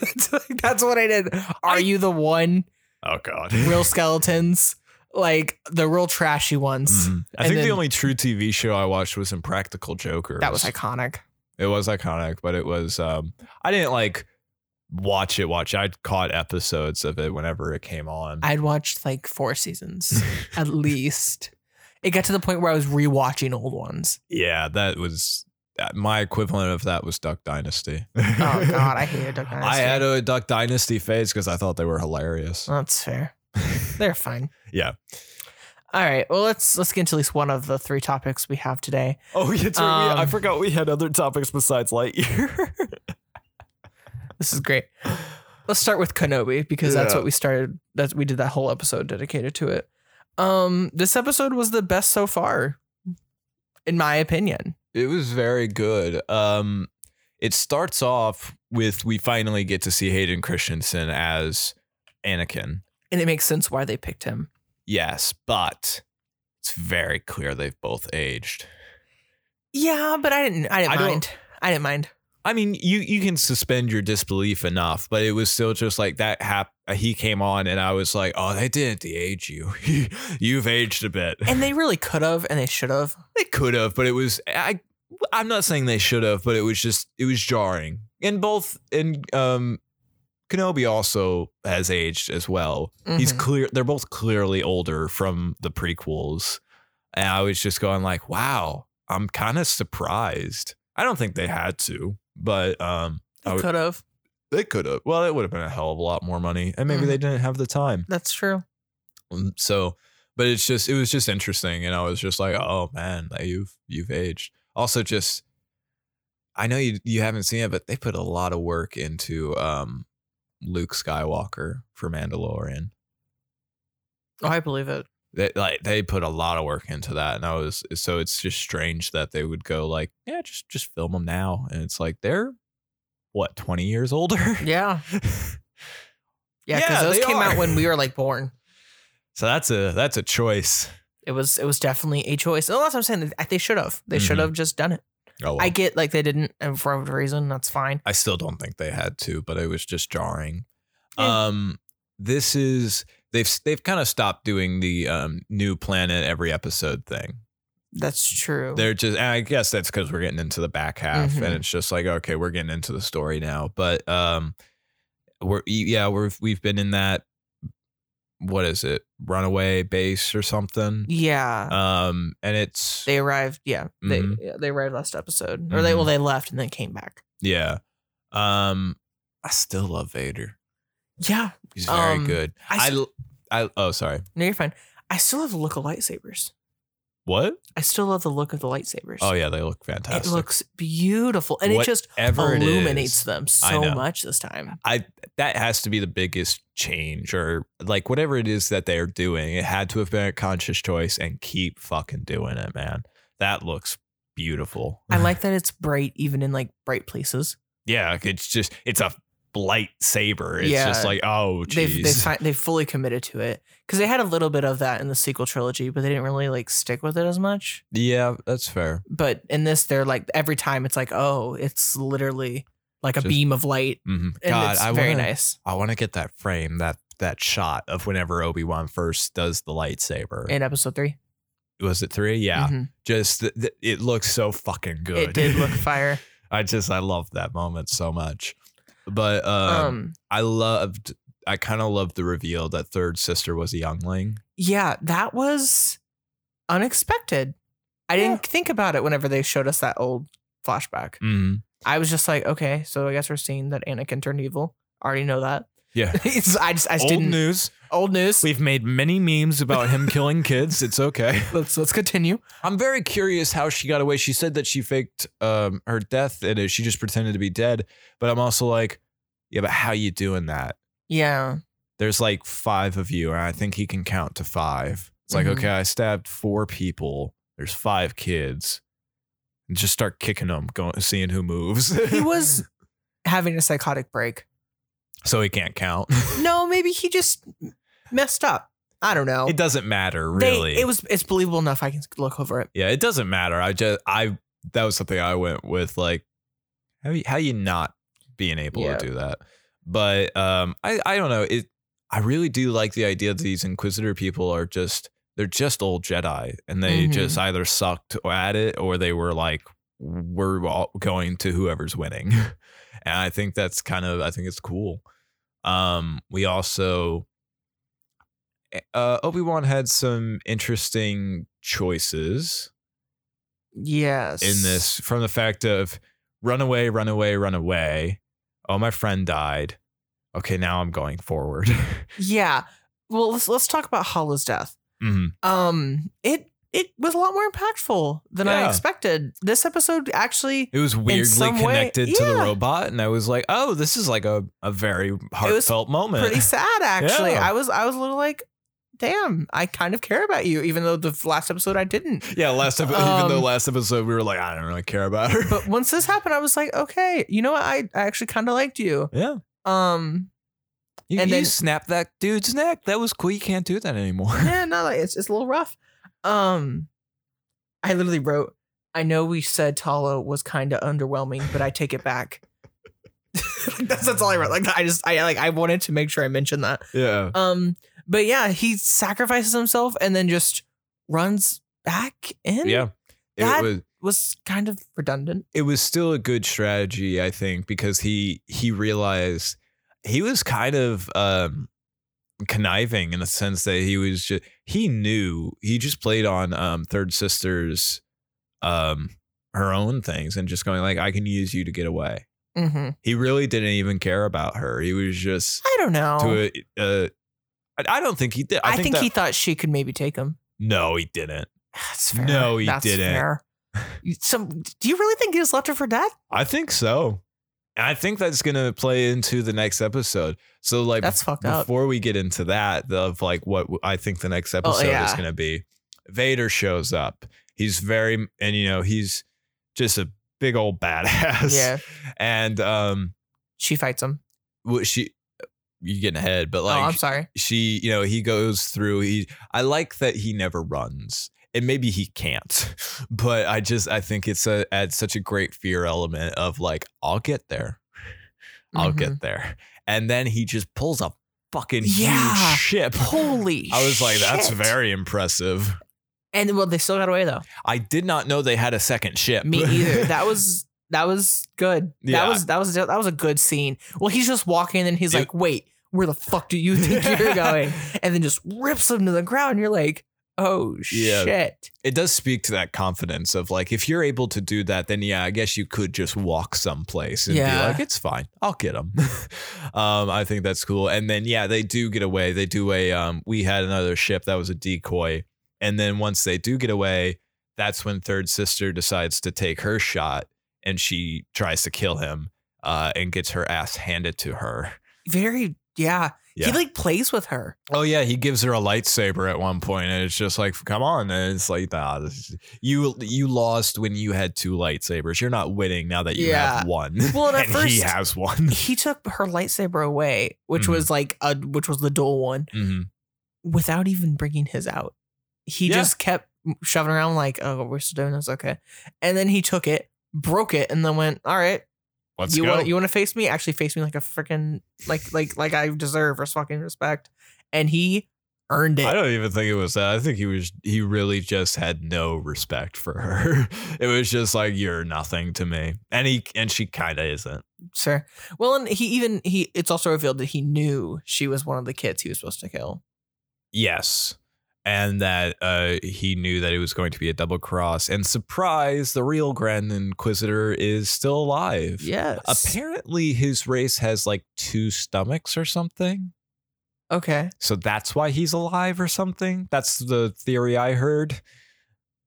That's like- that's what I did. Are you the one? oh God. Real skeletons, like the real trashy ones. Mhm. I And think then- the only true TV show I watched was Impractical Jokers. That was iconic. it was iconic, but it was um I didn't like watch it. Watch. it. I caught episodes of it whenever it came on. I'd watched like four seasons at least. It got to the point where I was rewatching old ones. yeah, that was that- my equivalent of that was Duck Dynasty. Oh god, I hated Duck Dynasty. Uh, I had a Duck Dynasty phase because I thought they were hilarious. That's fair. They're fine. Yeah. All right. Well, let's let's get into at least one of the three topics we have today. Oh, yeah, right. We- I Um, forgot we had other topics besides Lightyear. This is great. Let's start with Kenobi because that's Yeah. what we started. That we did that whole episode dedicated to it. Um, this episode was the best so far, in my opinion. it was very good. Um, it starts off with we finally get to see Hayden Christensen as Anakin. And it makes sense why they picked him. Yes, but it's very clear they've both aged. Yeah, but I didn't. I didn't I don't- mind. I didn't mind. I mean, you you can suspend your disbelief enough, but it was still just like that. Hap- he came on, and I was like, "Oh, they didn't de-age you. You've aged a bit." And they really could have, and they should have. They could have, but it was I. I'm not saying they should have, but it was just it was jarring. And both and um, Kenobi also has aged as well. He's Mhm. clear. They're both clearly older from the prequels. And I was just going like, wow, I'm kind of surprised. I don't think they had to, but um, I would- could have. they could have. Well, it would have been a hell of a lot more money, and maybe they didn't have the time. That's true. Um, So, but it's just it was just interesting, and I was just like, oh man, like, you've you've aged. Also, just I know you you haven't seen it, but they put a lot of work into um Luke Skywalker for Mandalorian. Oh, I believe it. They like they put a lot of work into that, and I was so it's just strange that they would go like, yeah, just just film them now, and it's like they're what twenty years older. Yeah, yeah. Because Yeah, those they came are. out when we were like born. so that's a that's a choice. It was it was definitely a choice. And that's what I'm saying. They- They should have. They should Mhm. have just done it. Oh, well. I get like they didn't, and for whatever reason, that's fine. I still don't think they had to, but it was just jarring. Yeah. Um, this is they've they've kind of stopped doing the um, new planet every episode thing. That's true. They're just, and I guess that's because we're getting into the back half, and Mhm. it's just like okay, we're getting into the story now. But um, we're yeah, we're we've been in that what is it, runaway base or something. yeah, Um, and it's they arrived. Yeah, they Mhm. yeah, they arrived last episode, or Mm-hmm. they well they left and then came back. yeah. Um, I still love Vader. Yeah, He's very Um, good. I s- I, l- I oh sorry. no, you're fine. I still have look of lightsabers. What? I still love the look of the lightsabers. Oh yeah, they look it fantastic. looks beautiful, and it just Whatever it illuminates is, them I so know. much this time. I that has to be the biggest change or like whatever it is that they're doing. It had to have been a conscious choice and keep fucking doing it, man. That looks beautiful. I like that it's bright, even in like bright places. yeah, it's just it's a lightsaber. It's Yeah. just like oh They've they jeez. fi- they've fully committed to it because they had a little bit of that in the sequel trilogy, but they didn't really like stick with it as much. yeah, that's fair. But in this, they're like every time it's like, oh, it's literally like a Just- beam of light, Mhm. and God, it's I very wanna- nice. I want to get that frame, that that shot of whenever Obi Wan first does the lightsaber. In episode three, Was it three? Yeah. Mhm. Just th- th- it looks so fucking good. it did look fire. I just I love that moment so much. But Um, um, I loved. I kind of loved the reveal that third sister was a youngling. yeah, that was unexpected. I didn't think about it whenever they showed us that old flashback. Mm-hmm. I was just like, okay, so I guess we're seeing that Anakin turned evil. Already know that. Yeah. It's- I just, I just Old didn't. news. Old news. We've made many memes about him killing kids. It's okay. let's let's continue. I'm very curious how she got away. She said that she faked um, her death and it- she just pretended to be dead. But I'm also like, yeah, but how you doing that? Yeah, There's like five of you, and I think he can count to five. It's like, Mhm. okay, I stabbed four people. There's five kids. And just start kicking them, going, seeing who moves. he was having a psychotic break. so he can't count. No, maybe he just messed up. I don't know. It doesn't matter, They- really. it was it's believable enough. I can look over it. yeah, it doesn't matter. I just, I, that was something I went with, like, how you, how you not being able Yeah. to do that? But um, I, I don't know. It, I really do like the idea that these Inquisitor people are just, they're just old Jedi, and they Mhm. just either sucked at it or they were like, we're all going to whoever's winning, and I think that's kind of, I think it's cool. Um, we also uh, Obi Wan had some interesting choices Yes. in this, from the fact of run away, run away, run away. Oh, my friend died. Okay, now I'm going forward. Yeah. Well, let's let's talk about Hollow's death. Mhm. Um, it it was a lot more impactful than I Yeah. expected. This episode actually It was weirdly some way- connected to the yeah. robot, and I was like, oh, this is like a, a very heartfelt moment. pretty sad actually. Yeah. I was I was a little like, damn, I kind of care about you, even though the last episode I didn't. yeah, last episode, even though Um, last episode we were like, I don't really care about her. But once this happened, I was like, okay, you know what? I, I actually kind of liked you. yeah. Um, You, And you then- snapped that dude's neck. That was cool. You can't do that anymore. yeah, no, like, it's it's a little rough. Um, I literally wrote, I know we said Talo was kind of underwhelming, but I take it back. that's that's all I wrote. Like I just I like I wanted to make sure I mentioned that. yeah. Um, but yeah, he sacrifices himself and then just runs back in. Yeah. It That- was was kind of redundant. it was still a good strategy, I think, because he he realized he was kind of um, conniving in the sense that he was just he knew he just played on um, third sister's um, her own things and just going like I can use you to get away. Mm-hmm. He really didn't even care about her. He was just I don't know. to a. Uh, I I don't think he did. I, Oh. I, think, that- he thought she could maybe take him. No, he didn't. That's fair. No, he That's didn't. Fair. You- Some, do you really think he just left her for dead? I think so. And I think that's gonna play into the next episode. So like That's fucked up. before we get into that of like what w- I think the next episode is Oh, yeah. going to be, Vader shows up. He's very and you know he's just a big old badass. Yeah. And um, She fights him. what she you getting ahead, but oh, I'm like sorry. she, you know, he goes through. He I like that he never runs. And maybe he can't, but I just I think it's a adds such a great fear element of like I'll get there. I'll Mhm. get there. And then he just pulls a fucking Yeah. huge ship. Holy! I was like, that's shit." very impressive. And well, they still got away though. I did not know they had a second ship. Me either. That was that was good. Yeah. That was that was that was a good scene. Well, he's just walking and he's It- like, "Wait, where the fuck do you think you're going?" And then just rips him to the ground. And you're like, "Oh Yeah. shit!" It does speak to that confidence of like, if you're able to do that, then yeah, I guess you could just walk someplace and Yeah. be like, it's fine. I'll get them. um, I think that's cool. And then yeah, they do get away. They do a. Um, we had another ship that was a decoy, And then once they do get away, that's when Third Sister decides to take her shot and she tries to kill him uh, and gets her ass handed to her. Very yeah. Yeah. He like plays with her. Oh yeah, he gives her a lightsaber at one point, and it's just like, come on! And it's like, nah, this is- you you lost when you had two lightsabers. You're not winning now that you Yeah. have one. Well, and at and he first- has one. He took her lightsaber away, which Mhm. was like a which was the dual one, Mhm. without even bringing his out. He Yeah. just kept shoving around like, oh, we're still doing this, okay. And then he took it, broke it, and then went, all right, Let's you go. want you want to face me? Actually, face me like a freaking like like like I deserve res- fucking respect. And he earned it. I don't even think it was that. I think he was he really just had no respect for her. It was just like you're nothing to me. And he and she kinda isn't. Sure. Well, and he even he. It's also revealed that he knew she was one of the kids he was supposed to kill. Yes. And that uh, he knew that it was going to be a double cross. And surprise, the real Grand Inquisitor is still alive. Yes. Apparently his race has like two stomachs or something. okay. So that's why he's alive or something. That's the theory I heard.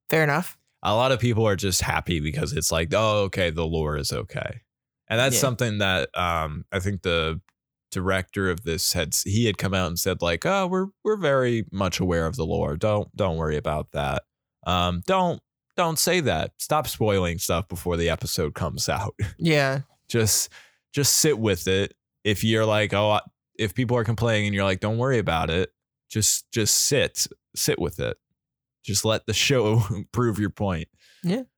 Fair enough. a lot of people are just happy because it's like, oh, okay, the lore is okay. And that's Yeah. something that um, I think the director of this had he had come out and said like, oh, we're we're very much aware of the lore. Don't don't worry about that. Um, don't don't say that. Stop spoiling stuff before the episode comes out. Yeah. just just sit with it. If you're like, oh, I, if people are complaining and you're like, don't worry about it. Just just sit sit with it. Just let the show prove your point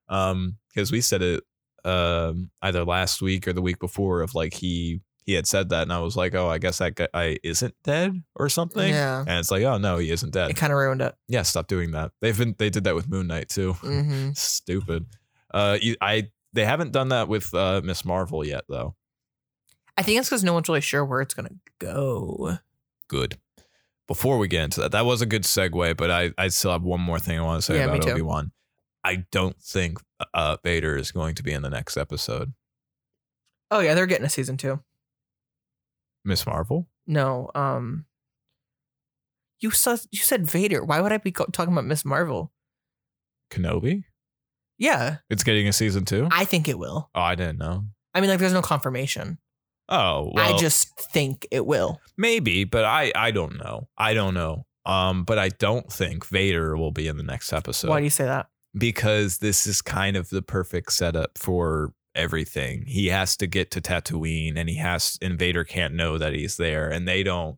um because we said it um either last week or the week before of like he he had said that and i was like oh i guess that guy isn't dead or something Yeah. and it's like oh no he isn't dead It kind of ruined it. yeah stop doing that they've been they did that with moon knight too hmm stupid uh you, i they haven't done that with uh miss marvel yet though I think it's because no one's really sure where it's gonna go. good before we get into that that was a good segue but i i still have one more thing i want to say Yeah, me about too. obi-wan i don't think uh vader is going to be in the next episode Oh yeah, they're getting a season two. miss marvel No. Um. You said you said Vader. Why would I be co- talking about Miss Marvel? kenobi Yeah, It's getting a season two. I think it will. oh, I didn't know. I mean, like, there's no confirmation. Oh, well, I just think it will. maybe, but I I don't know. I don't know. Um, but I don't think Vader will be in the next episode Why do you say that? because this is kind of the perfect setup for everything. He has to get to Tatooine, and he has and Vader can't know that he's there, and they don't,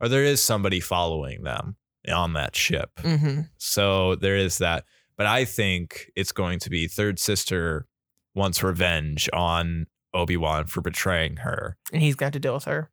or there is somebody following them on that ship. hmm So there is that. But I think it's going to be Third Sister wants revenge on Obi Wan for betraying her. And he's got to deal with her.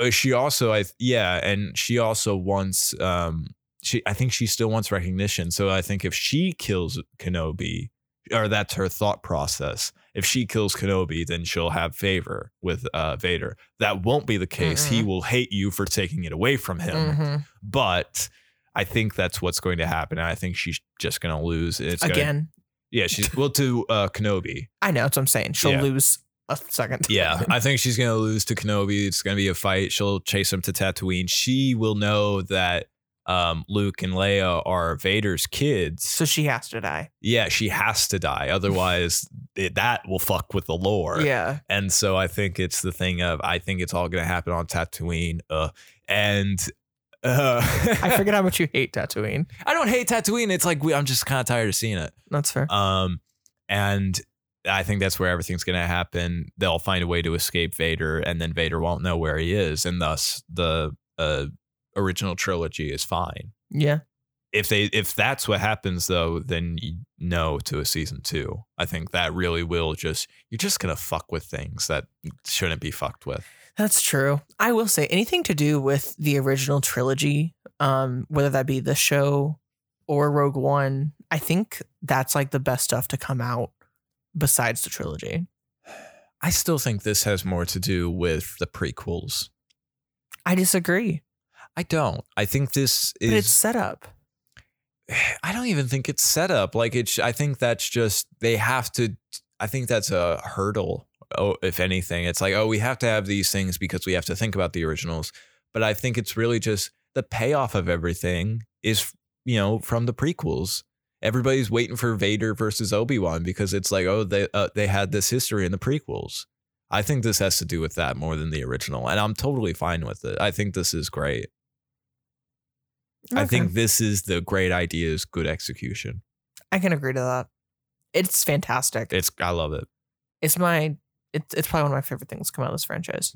Uh, She also, I th- yeah, and she also wants. Um, she, I think she still wants recognition. So I think if she kills Kenobi, or that's her thought process. If she kills Kenobi, then she'll have favor with uh, Vader. That won't be the case. He will hate you for taking it away from him hmm but I think that's what's going to happen. And I think she's just going to lose. It's gonna- Again, yeah, she's well to uh, Kenobi. I know that's what I'm saying. She'll Yeah. lose a second. time. Yeah, I think she's going to lose to Kenobi. It's going to be a fight. She'll chase him to Tatooine. She will know that um, Luke and Leia are Vader's kids. So she has to die. Yeah, she has to die, otherwise it, that will fuck with the lore. yeah. And so I think it's the thing of I think it's all going to happen on Tatooine. Uh, and uh, I forget how much you hate Tatooine. I don't hate Tatooine. It's like we, I'm just kind of tired of seeing it. That's fair. Um, and I think that's where everything's going to happen. They'll find a way to escape Vader, and then Vader won't know where he is, and thus the uh, original trilogy is fine. Yeah. If they if that's what happens though, then you no to a season two. I think that really will just you're just gonna fuck with things that shouldn't be fucked with. That's true. I will say anything to do with the original trilogy, um, whether that be the show or Rogue One, I think that's like the best stuff to come out besides the trilogy. I still think this has more to do with the prequels. I disagree. I don't. I think this is But it's set up. I don't even think it's set up. Like it's, I think that's just they have to. I think that's a hurdle. Oh, if anything, it's like oh, we have to have these things because we have to think about the originals. But I think it's really just the payoff of everything is you know from the prequels. Everybody's waiting for Vader versus Obi Wan because it's like, oh, they uh, they had this history in the prequels. I think this has to do with that more than the original, and I'm totally fine with it. I think this is great. I Okay. think this is the great ideas, good execution. I can agree to that. It's fantastic. It's I love it. It's my it's it's probably one of my favorite things to come out of this franchise.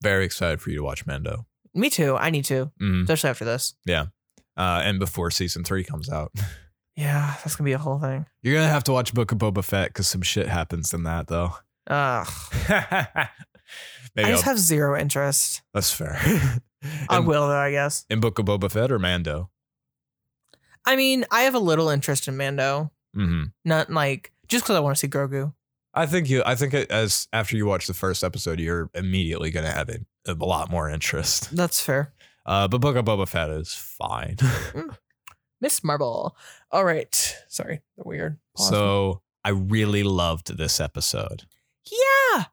Very excited for you to watch Mando. Me too. I need to, Mhm. especially after this. Uh, and before season three comes out, Yeah, that's gonna be a whole thing. you're gonna have to watch Book of Boba Fett because some shit happens in that though. Ugh. Maybe I just I'll- have zero interest. that's fair. I in, will though, I guess. in Book of Boba Fett or Mando. I mean, I have a little interest in Mando. Mm-hmm. Not like just because I want to see Grogu. I think you. I think it- as after you watch the first episode, you're immediately gonna have it, a lot more interest. That's fair. Uh, but Book of Boba Fett is fine. Miss Marble. All right. Sorry, the weird. pause. so I really loved this episode. yeah,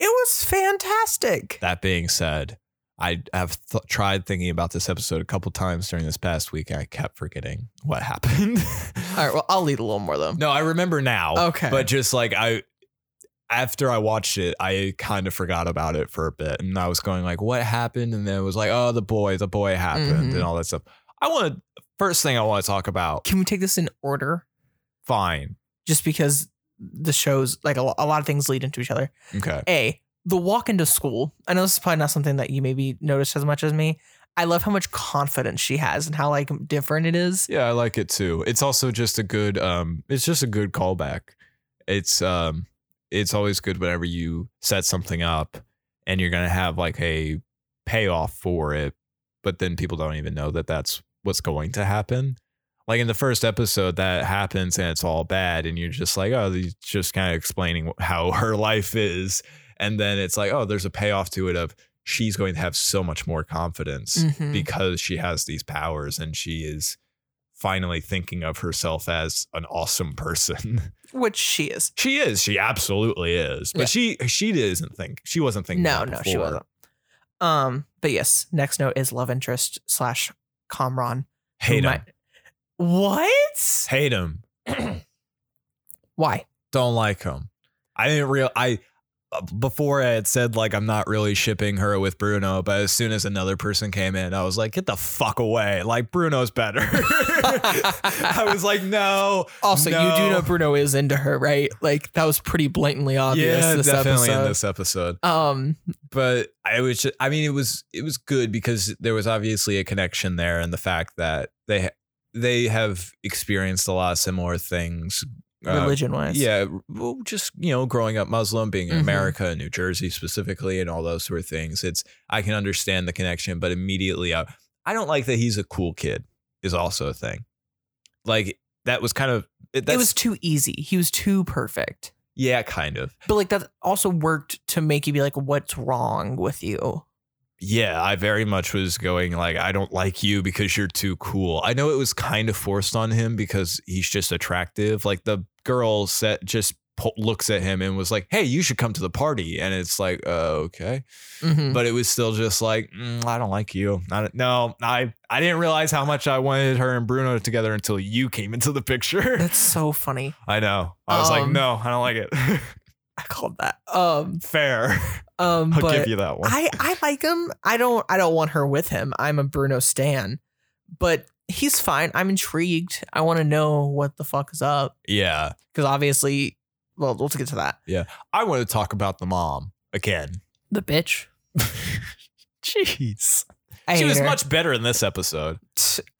it was fantastic. That being said, I have th- tried thinking about this episode a couple times during this past week, and I kept forgetting what happened. All right. Well, I'll lead a little more though. No, I remember now. Okay. But just like I after I watched it, I kind of forgot about it for a bit. And I was going like, what happened? And then it was like, oh, the boy, the boy happened Mhm. and all that stuff. I want to first thing I want to talk about, Can we take this in order? fine. Just because the shows, like a, lo- a lot of things lead into each other. Okay. A, the walk into school. I know this is probably not something that you maybe noticed as much as me. I love how much confidence she has and how like different it is. Yeah, I like it too. It's also just a good um it's just a good callback. It's um it's always good whenever you set something up and you're going to have like a payoff for it, but then people don't even know that that's what's going to happen. Like in the first episode that happens and it's all bad and you're just like, oh, he's just kind of explaining how her life is and then it's like, oh, there's a payoff to it of she's going to have so much more confidence Mhm. because she has these powers and she is finally thinking of herself as an awesome person. Which she is. she is. She absolutely is. But Yeah. she she doesn't think she wasn't thinking. No, that no, she before. wasn't. Um, but yes, next note is love interest slash Comron. who Hate him. might- What? Hate him. Why? Don't like him. I didn't real I uh, before I had said like I'm not really shipping her with Bruno, but as soon as another person came in, I was like, get the fuck away. Like Bruno's better. I was like, no, Also, you do No. know Bruno is into her, right? Like that was pretty blatantly obvious yeah, this definitely episode. in this episode. Um, but I was just, I mean it was it was good because there was obviously a connection there and the fact that they ha- they have experienced a lot of similar things uh, religion wise. yeah well, just you know growing up Muslim being in Mhm. America New Jersey specifically and all those sort of things it's I can understand the connection but immediately I, I don't like that he's a cool kid is also a thing like that was kind of it, that's, it was too easy. He was too perfect. yeah kind of But like that also worked to make you be like, what's wrong with you? yeah, I very much was going like, I don't like you because you're too cool. I know it was kind of forced on him because he's just attractive. Like the girl set just po- looks at him and was like, "Hey, you should come to the party." And it's like, uh, okay, Mhm. but it was still just like, "Mm, I don't like you. I don't- no, I I didn't realize how much I wanted her and Bruno together until you came into the picture. That's so funny. I know. I was like, Um, no, I don't like it. I called that. Um, Fair. um, I'll but give you that one. I I like him. I don't I don't want her with him. I'm a Bruno Stan, but he's fine. I'm intrigued. I want to know what the fuck is up yeah, because obviously, well, we'll get to that. I want to talk about the mom again. The bitch. Jeez. I she hate was her. much better in this episode.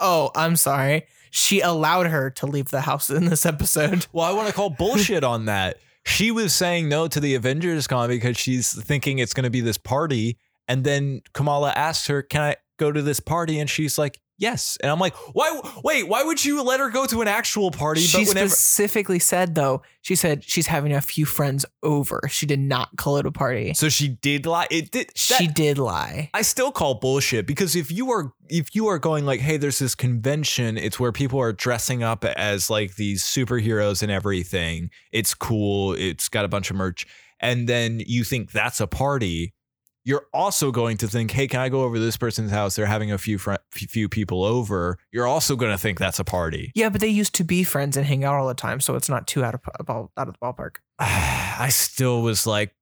Oh, I'm sorry. She allowed her to leave the house in this episode. Well, I want to call bullshit on that. She was saying no to the Avengers con because she's thinking it's going to be this party. And then Kamala asks her, Can I go to this party? And she's like, Yes. And I'm like, Why? Wait, why would you let her go to an actual party? She but whenever. specifically said though, she said she's having a few friends over. She did not call it a party. so she did lie. It did. she that- did lie. I still call bullshit because if you are if you are going like, hey, there's this convention, it's where people are dressing up as like these superheroes and everything. It's cool. It's got a bunch of merch, and then you think that's a party. you're also going to think, "Hey, can I go over to this person's house? They're having a few fr- few people over." You're also going to think that's a party. Yeah, but they used to be friends and hang out all the time, so it's not too out of p- ball out of the ballpark. I still was like,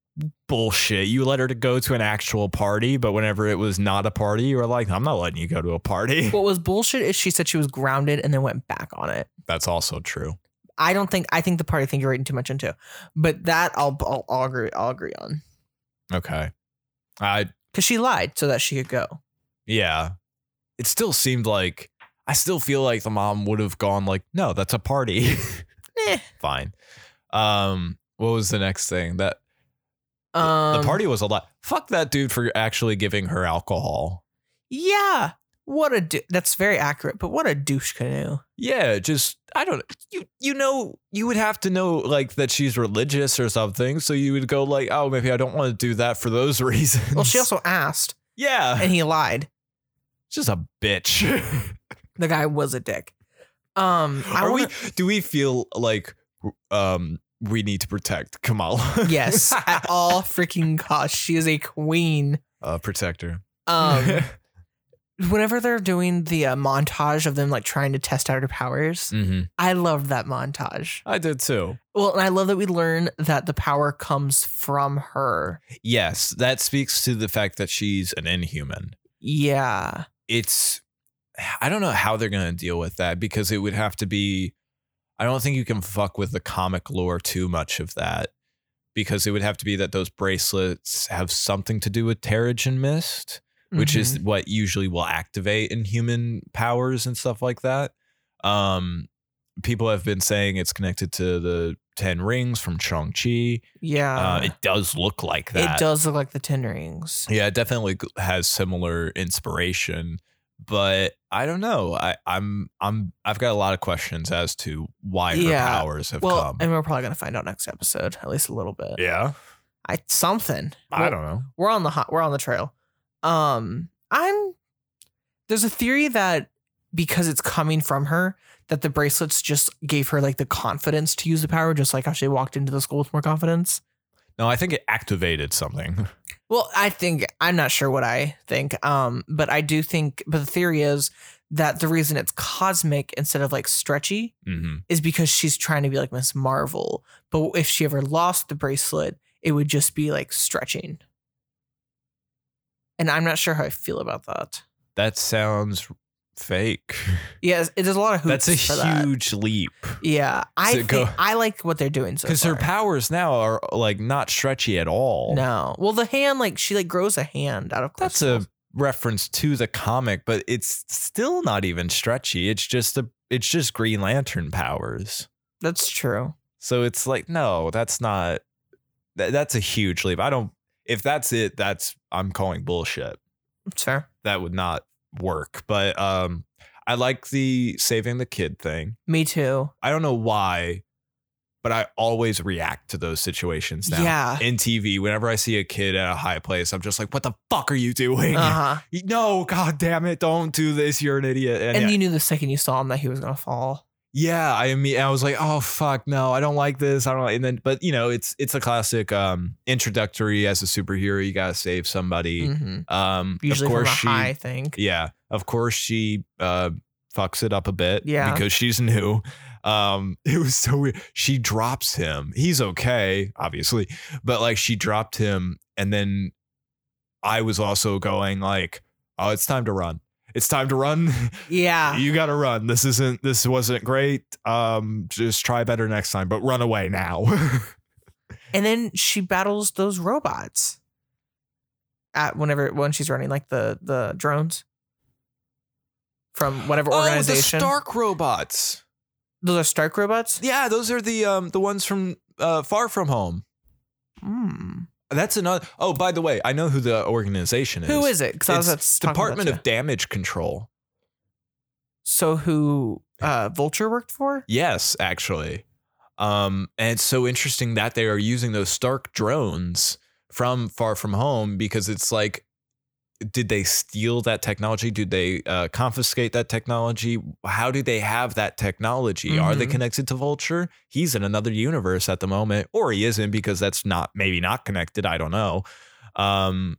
"Bullshit! You let her to go to an actual party, but whenever it was not a party, you were like, "I'm not letting you go to a party." What was bullshit is she said she was grounded and then went back on it. that's also true. I don't think I think the party thing you're reading too much into, but that I'll I'll, I'll agree I'll agree on Okay. I because she lied so that she could go. Yeah. It still seemed like I still feel like the mom would have gone like, "No, that's a party." Eh. Fine. Um what was the next thing? That Um, the party was a lot. Fuck that dude for actually giving her alcohol. Yeah, what a du- that's very accurate, but what a douche canoe. Yeah, just I don't you you know you would have to know like that she's religious or something, so you would go like, "Oh, maybe I don't want to do that for those reasons." Well, she also asked Yeah. and he lied. just a bitch. The guy was a dick. Um, I Are wanna- we? Do we feel like um we need to protect Kamala? yes at all freaking costs. She is a queen. uh, protect her. Um, whenever they're doing the uh, montage of them like trying to test out her powers, Mhm. I loved that montage. I did too. Well, and I love that we learn that the power comes from her. Yes, that speaks to the fact that she's an Inhuman. Yeah. It's I don't know how they're gonna deal with that because it would have to be. I don't think you can fuck with the comic lore too much of that because it would have to be that those bracelets have something to do with Terrigen Mist. which Mm-hmm. is what usually will activate inhuman powers and stuff like that. Um, people have been saying it's connected to the Ten Rings from Shang Chi. yeah. Uh, it does look like that. Ah. It does look like the Ten Rings. Yeah, it definitely g- has similar inspiration, but I don't know. I, I'm I'm I've got a lot of questions as to why Yeah. her powers have Well, come. and we're probably gonna find out next episode, at least a little bit. Yeah, I something. I don't know. We're on the hot. We're on the trail. Um, I'm. There's a theory that because it's coming from her, that the bracelets just gave her like the confidence to use the power, just like how she walked into the school with more confidence. No, I think it activated something. Well, I think I'm not sure what I think. Um, but I do think but the theory is that the reason it's cosmic instead of like stretchy hmm is because she's trying to be like Miss Marvel. But if she ever lost the bracelet, it would just be like stretching. And I'm not sure how I feel about that. That sounds fake. Yes, it is a lot of hoops. That's a for that. huge leap. Yeah, I So think, go- I like what they're doing so because far. her powers now are like not stretchy at all. no, well, the hand like she like grows a hand out of. that's crystals. a reference to the comic, but it's still not even stretchy. It's just a it's just Green Lantern powers. That's true. So it's like no, that's not. That, that's a huge leap. I don't. If that's it, that's I'm calling bullshit. It's fair. That would not work. But um, I like the saving the kid thing. Me too. I don't know why, but I always react to those situations now. Yeah. in TV, whenever I see a kid at a high place, I'm just like, what the fuck are you doing? Uh huh. No, god damn it, don't do this. You're an idiot. And, and yeah, you knew the second you saw him that he was gonna fall. yeah, I mean I was like, oh fuck, no, I don't like this. I don't like and then but you know, it's it's a classic um introductory as a superhero, you gotta save somebody. Mhm. Um Usually of from a course she high thing. Yeah. Of course she uh fucks it up a bit Yeah. because she's new. Um it was so weird. She drops him. He's okay, obviously, but like she dropped him and then I was also going like, "Oh, it's time to run. It's time to run. Yeah. you got to run. This isn't this wasn't great. Um just try better next time, but run away now." And then she battles those robots. At whenever when she's running like the the drones from whatever organization. Oh, the Stark robots. Those are Stark robots. Yeah, those are the um the ones from uh Far From Home. Hmm. That's another. Oh, by the way, I know who the organization is. Who is it? Because I was It's about to talk about Department that of too. Damage Control. So who uh Vulture worked for? Yes, actually. Um, and it's so interesting that they are using those Stark drones from Far From Home because it's like, did they steal that technology? Did they uh, confiscate that technology? How do they have that technology? Are they Mhm. connected to Vulture? He's in another universe at the moment, or he isn't because that's not maybe not connected. I don't know. Um,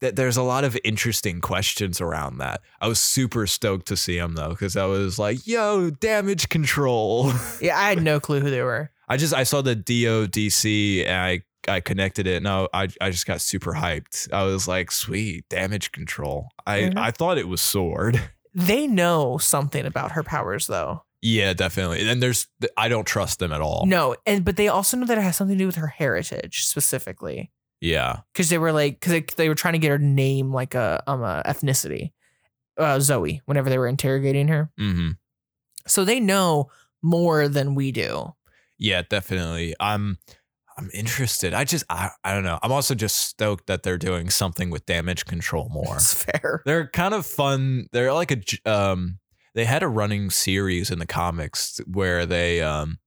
th- there's a lot of interesting questions around that. I was super stoked to see him though, because I was like, yo, damage control. Yeah, I had no clue who they were. I just I saw the DODC and I I connected it and I I, I just got super hyped. I was like, sweet, damage control. I Mhm. I thought it was sword. They know something about her powers though. Yeah, definitely. And there's I don't trust them at all. No, and but they also know that it has something to do with her heritage specifically. Yeah. because they were like because they, they were trying to get her name like a um a ethnicity uh zoe whenever they were interrogating her Mm-hmm. so they know more than we do Yeah, definitely. I'm I'm interested. I just I, I don't know. I'm also just stoked that they're doing something with damage control more. it's fair they're kind of fun. They're like a j- um they had a running series in the comics where they um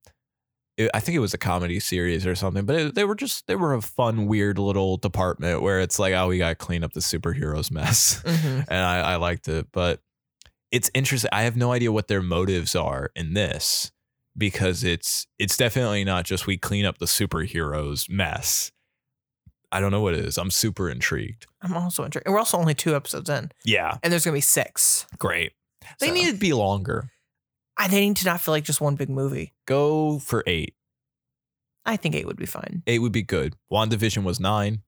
it, I think it was a comedy series or something, but it, they were just they were a fun weird little department where it's like oh we got to clean up the superheroes mess. Mhm. and I, I liked it. But it's interesting. I have no idea what their motives are in this because it's it's definitely not just we clean up the superheroes mess. I don't know what it is. I'm super intrigued. i'm also interested we're also only two episodes in Yeah, and there's gonna be six great. They So- need to be longer. I, they need to not feel like just one big movie Go for eight. i think eight would be fine Eight would be good. WandaVision was nine.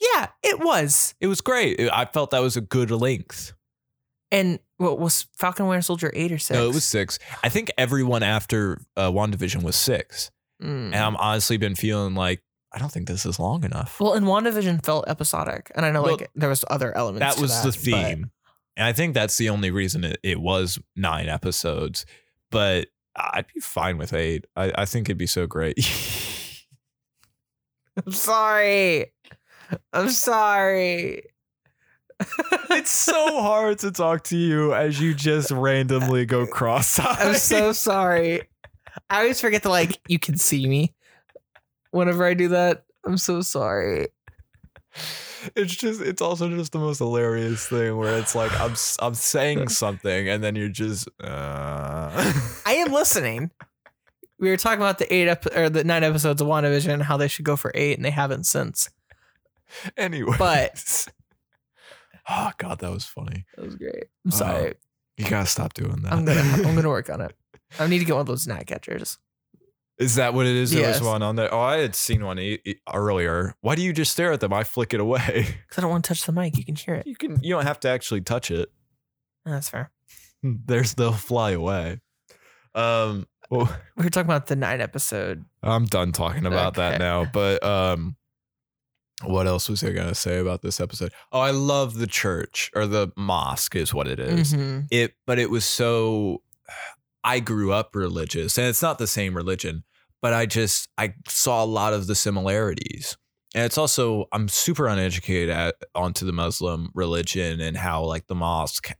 yeah it was It was great. It- I felt that was a good length. and what was falcon winter soldier eight or six No, it was six. I think everyone after uh, WandaVision was six. Mm. And I'm honestly been feeling like, I don't think this is long enough. well and wandavision felt episodic and i know Well, like there was other elements that to was the but- theme and i think that's the only reason it, it was nine episodes but i'd be fine with eight i, I think it'd be so great I'm sorry. I'm sorry. it's so hard to talk to you as you just randomly go cross-eyed I'm so sorry. I always forget to like you can see me whenever I do that. I'm so sorry. it's just it's also just the most hilarious thing where it's like i'm s- i'm saying something and then you're just uh I am listening. We were talking about the eight ep- or the nine episodes of WandaVision and how they should go for eight and they haven't since. anyway But- oh god that was funny That was great. I'm sorry. you gotta stop doing that I'm gonna I'm gonna work on it. I need to get one of those gnat catchers. Is that what it is? There Yes. was one on there. Oh, I had seen one e- e- earlier. Why do you just stare at them? I flick it away. Because I don't want to touch the mic. You can hear it. Ah, You can. You don't have to actually touch it. That's fair. Hmm. There's they'll fly away. Um, well, We were talking about the nine episode. I'm done talking about that Okay. now. But um, what else was I gonna say about this episode? Oh, I love the church or the mosque is what it is. Mhm. it but it was so i grew up religious and it's not the same religion but i just i saw a lot of the similarities and it's also i'm super uneducated at, onto the muslim religion and how like the mosque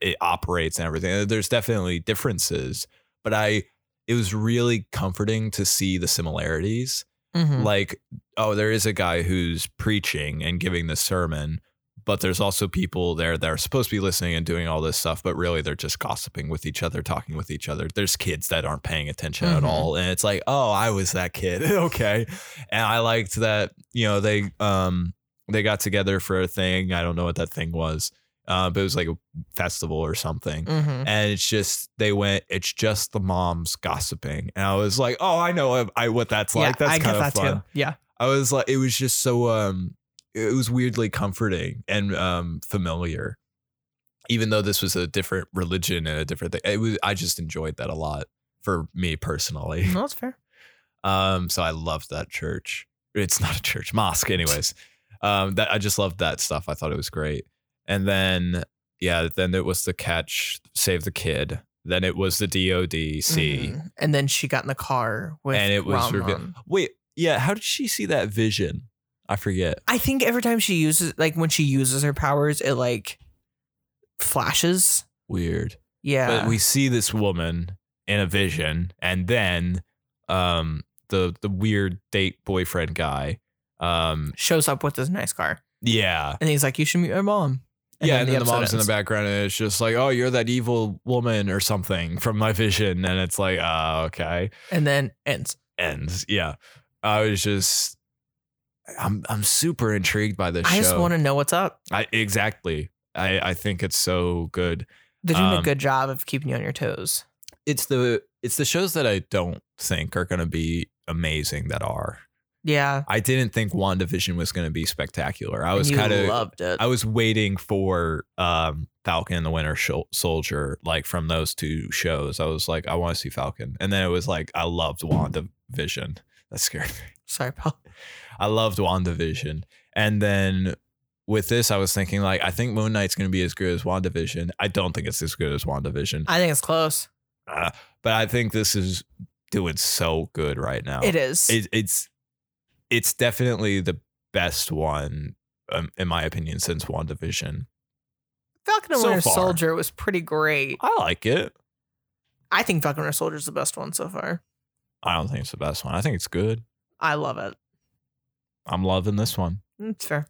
it operates and everything Uh, there's definitely differences but i it was really comforting to see the similarities Mhm. like oh there is a guy who's preaching and giving the sermon but there's also people there that are supposed to be listening and doing all this stuff but really they're just gossiping with each other talking with each other there's kids that aren't paying attention at Mhm. all and it's like oh i was that kid okay and i liked that you know they um they got together for a thing i don't know what that thing was uh, but it was like a festival or something Mhm. and it's just they went it's just the moms gossiping and i was like oh i know I, what that's like that's I kind of get that fun too. Yeah. i was like it was just so um it was weirdly comforting and um familiar even though this was a different religion and a different thing it was i just enjoyed that a lot for me personally No, that's fair. um, so I loved that church. It's not a church, mosque, anyways. Um, that I just loved that stuff. I thought it was great. And then yeah, then it was the catch, save the kid. Then it was the DOD see. Mhm. And then she got in the car with And it was Ram reveal- Ram. Wait, yeah, how did she see that vision? I forget. I think every time she uses like when she uses her powers, it like flashes. Weird. Yeah. But we see this woman in a vision, and then um the the weird date boyfriend guy. Um shows up with this nice car. yeah. And he's like, You should meet my mom. yeah, and then the, episode mom's in the ends. background, and it's just like, "Oh, you're that evil woman or something from my vision," and it's like, "Ah, okay." And then ends. Ends. Yeah, I was just, I'm I'm super intrigued by this I show. just want to know what's up. I, exactly. I, I think it's so good. They're doing a Um, good job of keeping you on your toes. it's the it's the shows that I don't think are going to be amazing that are. Yeah. I didn't think WandaVision was going to be spectacular. I and was you kind of loved it. I was waiting for um, Falcon and the Winter Shol- Soldier, like from those two shows. I was like, I want to see Falcon, and then it was like, I loved WandaVision. That scared me. Sorry, Paul. I loved WandaVision. And then with this, I was thinking, like, I think Moon Knight's going to be as good as WandaVision. I don't think it's as good as WandaVision, Uh, I think it's close. but I think this is doing so good right now. It is. Oh, It, it's, it's definitely the best one, um, in my opinion, since WandaVision. Falcon and so Winter far. Soldier was pretty great. I like it. I think Falcon and Winter Soldier is the best one so far. I don't think it's the best one. I think it's good. I love it. I'm loving this one. It's fair.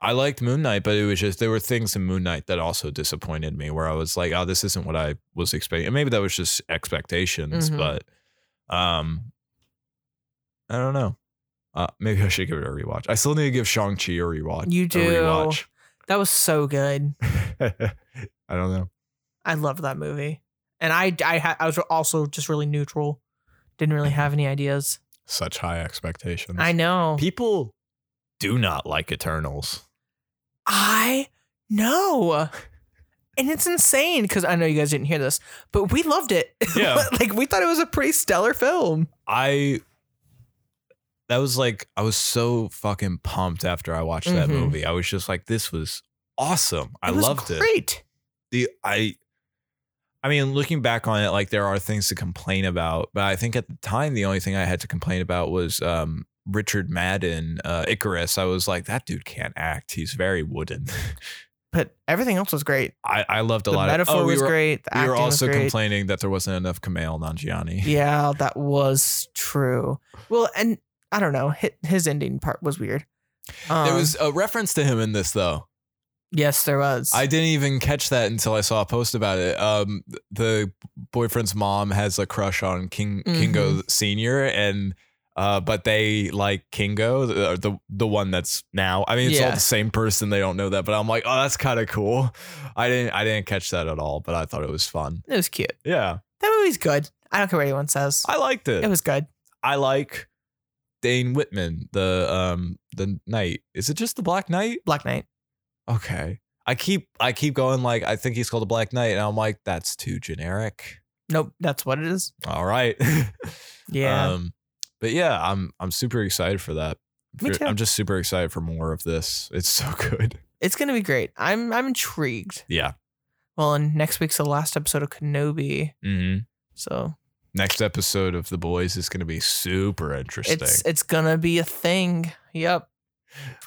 I liked Moon Knight, but it was just there were things in Moon Knight that also disappointed me where I was like, oh, this isn't what I was expecting. And maybe that was just expectations, Mhm. but um I don't know. Uh, maybe I should give it a rewatch. I still need to give Shang-Chi a rewatch. You a do. rewatch. That was so good. I don't know. I loved that movie, and I I, ha- I was also just really neutral. Didn't really have any ideas. Such high expectations. I know. People do not like Eternals. I know. And it's insane because I know you guys didn't hear this, but we loved it. Yeah. like we thought it was a pretty stellar film. I that was like I was so fucking pumped after I watched that Mhm. movie. I was just like, this was awesome. I It was loved it. Great. The I I mean, looking back on it, like there are things to complain about, but I think at the time the only thing I had to complain about was um Richard Madden, uh, Icarus. I was like, that dude can't act. He's very wooden. But everything else was great. I, I loved a The lot metaphor of oh, we was were, great. The We acting were also was great. complaining that there wasn't enough Kamal Nanjiani. Yeah, that was true. Well, and I don't know. hi- His ending part was weird. Um, There was a reference to him in this though. yes, there was. I didn't even catch that until I saw a post about it. Um, the boyfriend's mom has a crush on King Kingo Senior, and uh, but they like Kingo, the uh, the, the one that's now. I mean, it's all Yeah. the same person. They don't know that, but I'm like, oh, that's kind of cool. I didn't I didn't catch that at all, but I thought it was fun. it was cute. Yeah, That movie's good. I don't care what anyone says. I liked it. It was good. I like Dane Whitman, the um the knight. Is it just the Black Knight? Black Knight. Okay. I keep I keep going like I think he's called the Black Knight, and I'm like, that's too generic. Nope, that's what it is. Uh, All right. Yeah. Um, but yeah, I'm I'm super excited for that. Me For- too. I'm just super excited for more of this. It's so good. it's gonna be great. I'm I'm intrigued. Yeah. Well, and next week's the last episode of Kenobi, Mm-hmm. so Next episode of The Boys is going to be super interesting. it's it's gonna be a thing. Yep.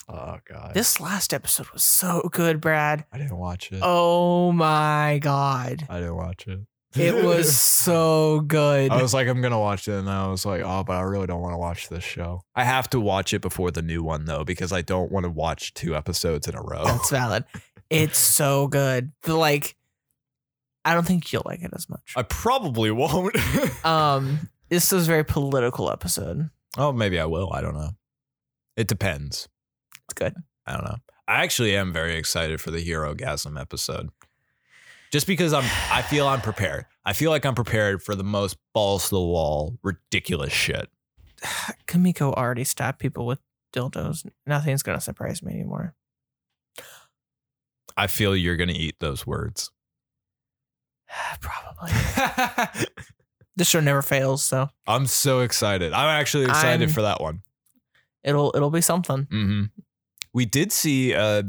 oh god. This last episode was so good, Brad. I didn't watch it. Oh my god, I didn't watch it. it was so good. I was like, I'm gonna watch it, and I was like, oh, but I really don't want to watch this show. I have to watch it before the new one though, because I don't want to watch two episodes in a row. That's valid. It's so good. The, like, I don't think you'll like it as much. I probably won't. Um, this was a very political episode. oh, maybe I will. I don't know. It depends. It's good. I don't know. I actually am very excited for the Hero Gasm episode. Just because I'm I feel I'm prepared. I feel like I'm prepared for the most balls to the wall, ridiculous shit. Kamiko already stabbed people with dildos. Nothing's gonna surprise me anymore. I feel you're gonna eat those words. Probably. This show never fails, so I'm so excited. I'm actually excited I'm- for that one. it'll it'll be something. Mm-hmm. We did see uh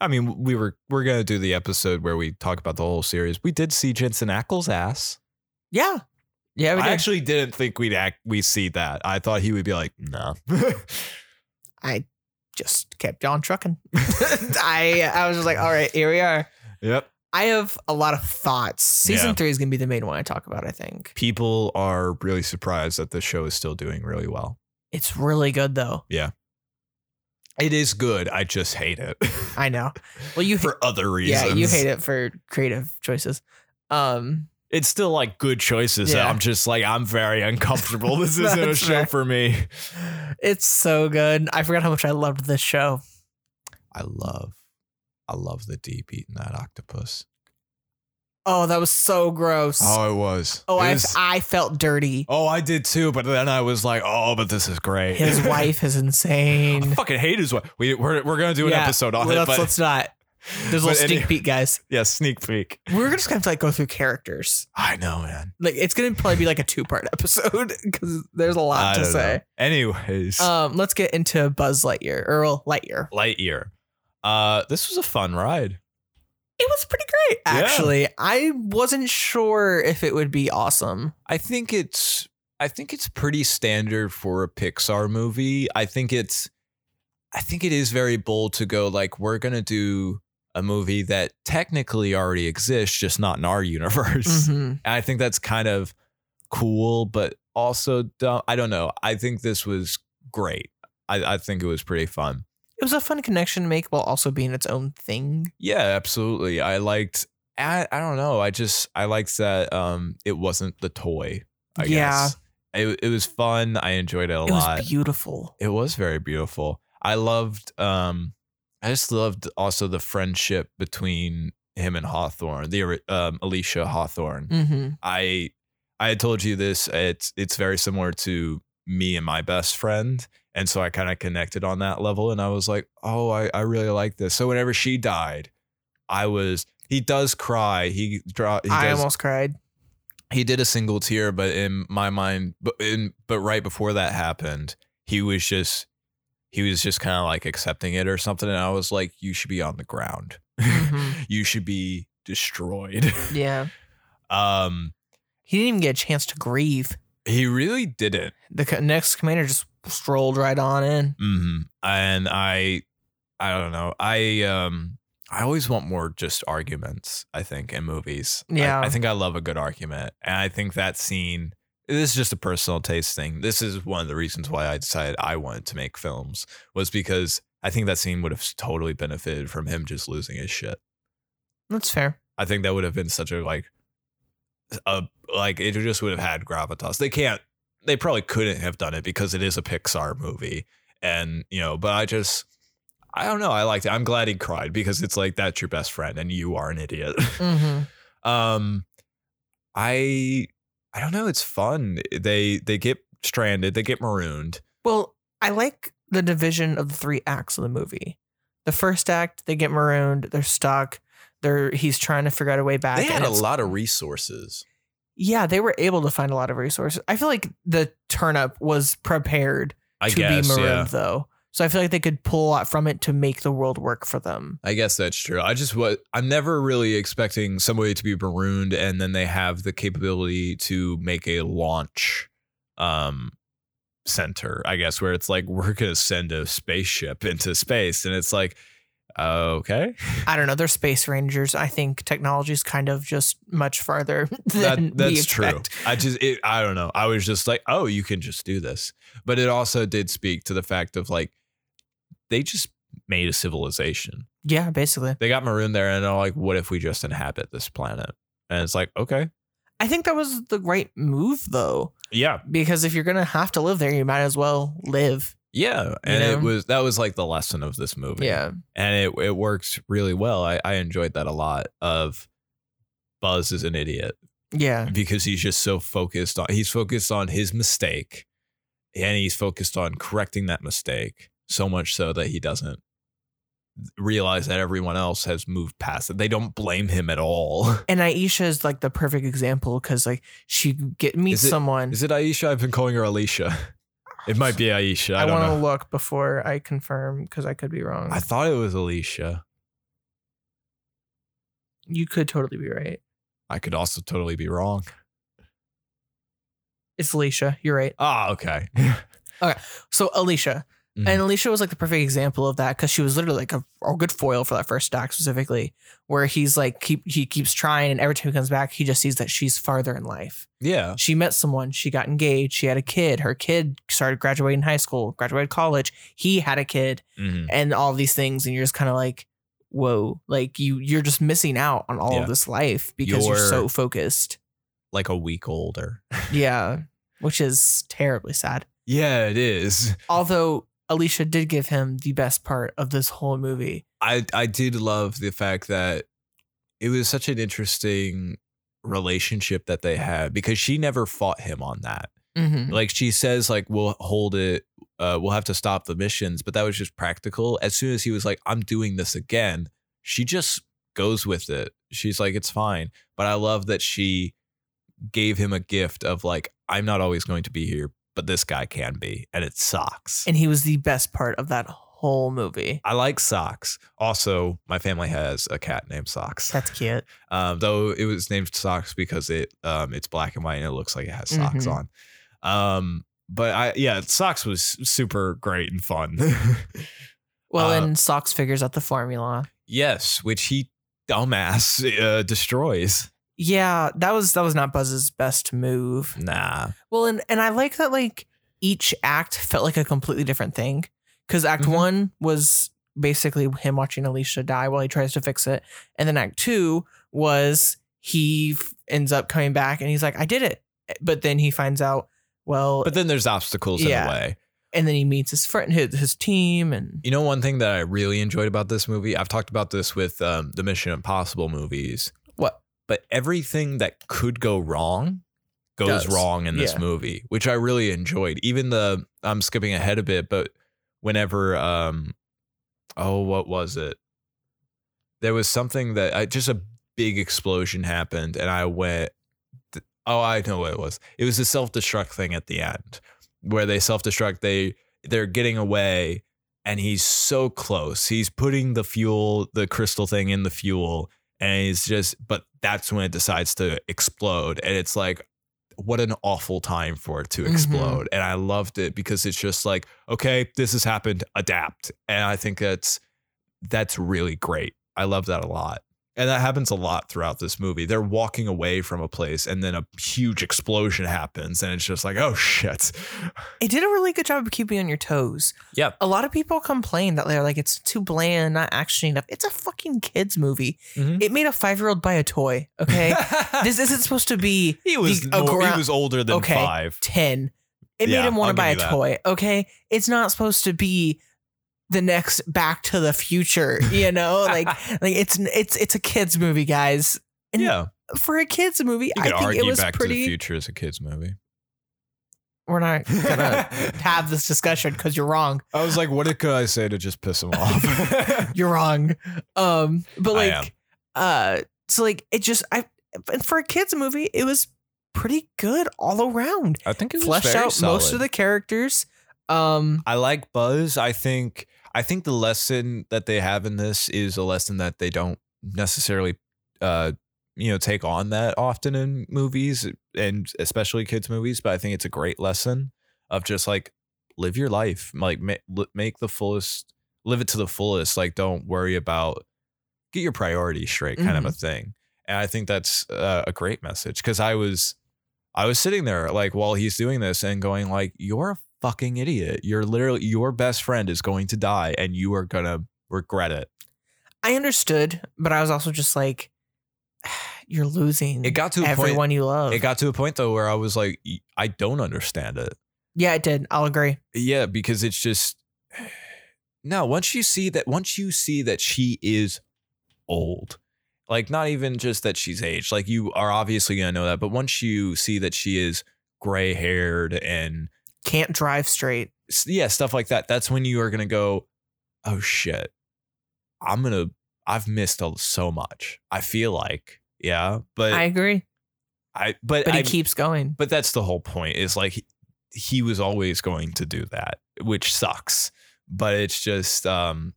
I mean, we were we're gonna do the episode where we talk about the whole series. We did see Jensen Ackles' ass. Yeah. Yeah, Oh, we I did. actually didn't think we'd act we see that. I thought he would be like, no. I just kept on trucking. I I was just like, all right, here we are. yep. I have a lot of thoughts. Season Yeah. three is gonna be the main one I talk about, I think. people are really surprised that the show is still doing really well. It's really good though. It is good. I just hate it. I know. Well you for other reasons. Yeah, you hate it for creative choices. Um It's still like good choices. Yeah. I'm just like I'm very uncomfortable. This No, isn't a it's show fair. for me. It's so good. I forgot how much I loved this show. I love, I love the deep eating that octopus. Oh, that was so gross. Oh, Oh, it was. It I, was- I felt dirty. oh, I did too. But then I was like, oh, but this is great. His wife is I insane. fucking hate his wife. We we're, we're gonna do an Yeah, episode on Well, it, let's, but let's not. There's a but little sneak any- peek, guys. yeah, sneak peek. We're just gonna have to like go through characters. I know, man. Like it's gonna probably be like a two part episode because there's a lot I to don't say. know. Anyways, Um, let's get into Buzz Lightyear, Earl Lightyear. Lightyear. Uh, this was a fun ride. It was pretty great, Yeah. actually. I wasn't sure if it would be awesome. I think it's I think it's pretty standard for a Pixar movie. I think it's I think it is very bold to go like we're going to do a movie that technically already exists just not in our universe. Mhm. And I think that's kind of cool but also dumb. I don't know. I think this was great. I, I think it was pretty fun. It was a fun connection to make while also being its own thing. Yeah, absolutely. I liked I, I don't know. I just I liked that um it wasn't the toy. I Yeah. guess. It, it was fun. I enjoyed it a It lot. was beautiful. it was very beautiful. I loved um I just loved also the friendship between him and Hawthorne, the ori- um, Alicia Hawthorne. hmm I I had told you this. It's it's very similar to me and my best friend. And so I kind of connected on that level and I was like, oh, I, I really like this. So whenever she died, I was he does cry. He draw he I does almost cried. he did a single tear, but in my mind but in but right before that happened, he was just he was just kind of like accepting it or something. And I was like, you should be on the ground. Mhm. you should be destroyed. Yeah. um He didn't even get a chance to grieve. He really didn't. The co- next commander just strolled right on in. hmm And I, I don't know. I um, I always want more just arguments. I think in movies. I- Yeah. I, think I love a good argument, and I think that scene. This is just a personal taste thing. This is one of the reasons why I decided I wanted to make films was because I think that scene would have totally benefited from him just losing his shit. That's fair. I think that would have been such a like a like it just would have had gravitas. They can't they probably couldn't have done it because it is a Pixar movie. And you know, but I just I don't know. I liked it. I'm glad he cried because it's like that's your best friend and you are an idiot. Mm-hmm. hmm um I I don't know, it's fun. They they get stranded, they get marooned. Well, I like the division of the three acts of the movie. The first act, they get marooned. They're stuck. They're he's trying to figure out a way back. They and had a it's- lot of resources. Yeah, they were able to find a lot of resources. I feel like the turnip was prepared I to guess. be marooned, yeah. though. So I feel like they could pull a lot from it to make the world work for them. I guess that's true. I just what I'm never really expecting somebody to be marooned and then they have the capability to make a launch um center, I guess, where it's like we're gonna send a spaceship into space. And it's like, uh, okay. I don't know. They're space rangers. I think technology's kind of just much farther than That we that's true. expect. I just it, I don't know. I was just like, oh, you can just do this. But it also did speak to the fact of like they just made a civilization. Yeah, basically. They got marooned there and they're like, what if we just inhabit this planet? And it's like, okay. I think that was the right move though, Yeah, because if you're gonna have to live there, you might as well live. Yeah, and know? it was that was like the lesson of this movie. Yeah. and it it works really well. I I enjoyed that a lot. Of Buzz is an idiot Yeah. because he's just so focused on he's focused on his mistake, and he's focused on correcting that mistake so much so that he doesn't realize that everyone else has moved past it. They don't blame him at all. And Aisha is like the perfect example because like she get meets Is it- someone. Is it Aisha? I've been calling her Alicia. It might be Aisha. I, I, don't want to know. look before I confirm because I could be wrong. I thought it was Alicia. you could totally be right. I could also totally be wrong. It's Alicia. You're right. Ah, Oh, okay. So Alicia. Mhm. And Alicia was like the perfect example of that because she was literally like a, a good foil for that first doc specifically, where he's like keep he keeps trying and every time he comes back, he just sees that she's farther in life. Yeah. She met someone, she got engaged, she had a kid, her kid started graduating high school, graduated college, he had a kid, Mm-hmm. Mhm. and all these things, and you're just kind of like, whoa, like you you're just missing out on all Yeah. of this life because you're You're- so focused. like a week older. Yeah, which is terribly sad. Yeah, it is. Although Alicia did give him the best part of this whole movie. I I did love the fact that it was such an interesting relationship that they had because she never fought him on that. Mm-hmm. Like she says, like we'll hold it, uh, we'll have to stop the missions, but that was just practical. As soon as he was like, I'm doing this again, she just goes with it. She's like, it's fine. But I love that she gave him a gift of like, I'm not always going to be here, but this guy can be, and it sucks. And he was the best part of that whole movie. I like socks. Also, my family has a cat named Socks. That's cute. Um, though it was named Socks because it um it's black and white and it looks like it has socks Mhm. on. Um, but I yeah, Socks was super great and fun. Well, Uh, and Socks figures out the formula. yes, which he dumbass uh, destroys. Yeah, that was that was not Buzz's best move. Nah. Well, and and I like that like each act felt like a completely different thing because Act Mhm. One was basically him watching Alicia die while he tries to fix it, and then Act Two was he f- ends up coming back and he's like, "I did it," but then he finds out well, But then there's obstacles in Yeah. the way. and then he meets his friend, his, his team, and You know, one thing that I really enjoyed about this movie, I've talked about this with um, the Mission Impossible movies. What? But everything that could go wrong goes Does. wrong in this Yeah. movie, which I really enjoyed. Even the, I'm skipping ahead a bit, but whenever, um, oh, what was it? There was something that I, just a big explosion happened, and I went, th- oh, I know what it was. It was the self destruct thing at the end where they self destruct, they, they're getting away and he's so close. He's putting the fuel, the crystal thing in the fuel, and he's just, but that's when it decides to explode. And it's like, what an awful time for it to Mhm. explode. And I loved it because it's just like, okay, this has happened, adapt. And I think that's that's really great. I love that a lot. And that happens a lot throughout this movie. They're walking away from a place and then a huge explosion happens and it's just like, oh shit. it did a really good job of keeping you on your toes. Yep. a lot of people complain that they're like it's too bland, not action enough. It's a fucking kids movie. Mhm. It made a five year old buy a toy. Okay, this isn't supposed to be he was the- a nor- gra- he was older than Okay. 5. ten. It Yeah, made him want I'll to buy a give you that. toy. Okay, it's not supposed to be the next Back to the Future. You know, like like it's it's it's a kids movie, guys. And yeah, for a kids movie, you I could think argue it was Back to the pretty. Future is a kids movie. We're not gonna have this discussion because you're wrong. I was like, what could I say to just piss him off? You're wrong. Um, but I like, uh, so like it just I and for a kids movie, it was pretty good all around. I think Fleshed out most of the characters. Um, I like Buzz. I think I think the lesson that they have in this is a lesson that they don't necessarily, uh, you know, take on that often in movies and especially kids movies. But I think it's a great lesson of just like live your life, like ma- li- make the fullest, live it to the fullest. Like don't worry about get your priorities straight, kind of a thing. And I think that's uh, a great message because I was. I was sitting there like while he's doing this and going like you're a fucking idiot. You're literally your best friend is going to die and you are going to regret it. I understood, but I was also just like, you're losing It got to a Mm-hmm. everyone you love. point it got to a point though where I was like "Y- I don't understand it. yeah, it did. I'll agree. Yeah, because it's just no, once you see that once you see that she is old. Like not even just that she's aged. Like you are obviously going to know that, but once you see that she is gray-haired and Can't drive straight. s- yeah, stuff like that. That's when you are gonna go, oh shit, I'm gonna, I've missed a- so much. I feel like, yeah, but I I, agree, but, but I, he keeps going. but that's the whole point. Is like he, he was always going to do that, which sucks. But it's just, um,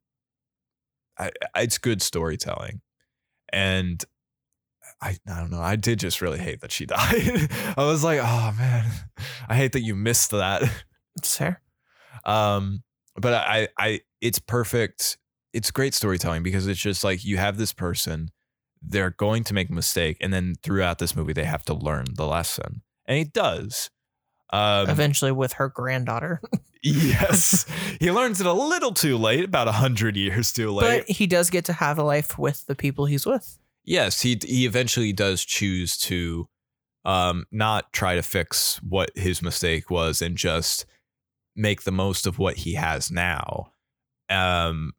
I, I- it's good storytelling, and. I, I don't know. I did just really hate that she died. I was like, oh man, I hate that you missed that. It's fair. Um, but I, I, it's perfect. It's great storytelling because it's just like you have this person, they're going to make a mistake, and then throughout this movie, they have to learn the lesson, and he does. Um, Eventually, with her granddaughter, yes, he learns it a little too late, about a hundred years too late. but he does get to have a life with the people he's with. yes, he he eventually does choose to um, not try to fix what his mistake was and just make the most of what he has now. Um,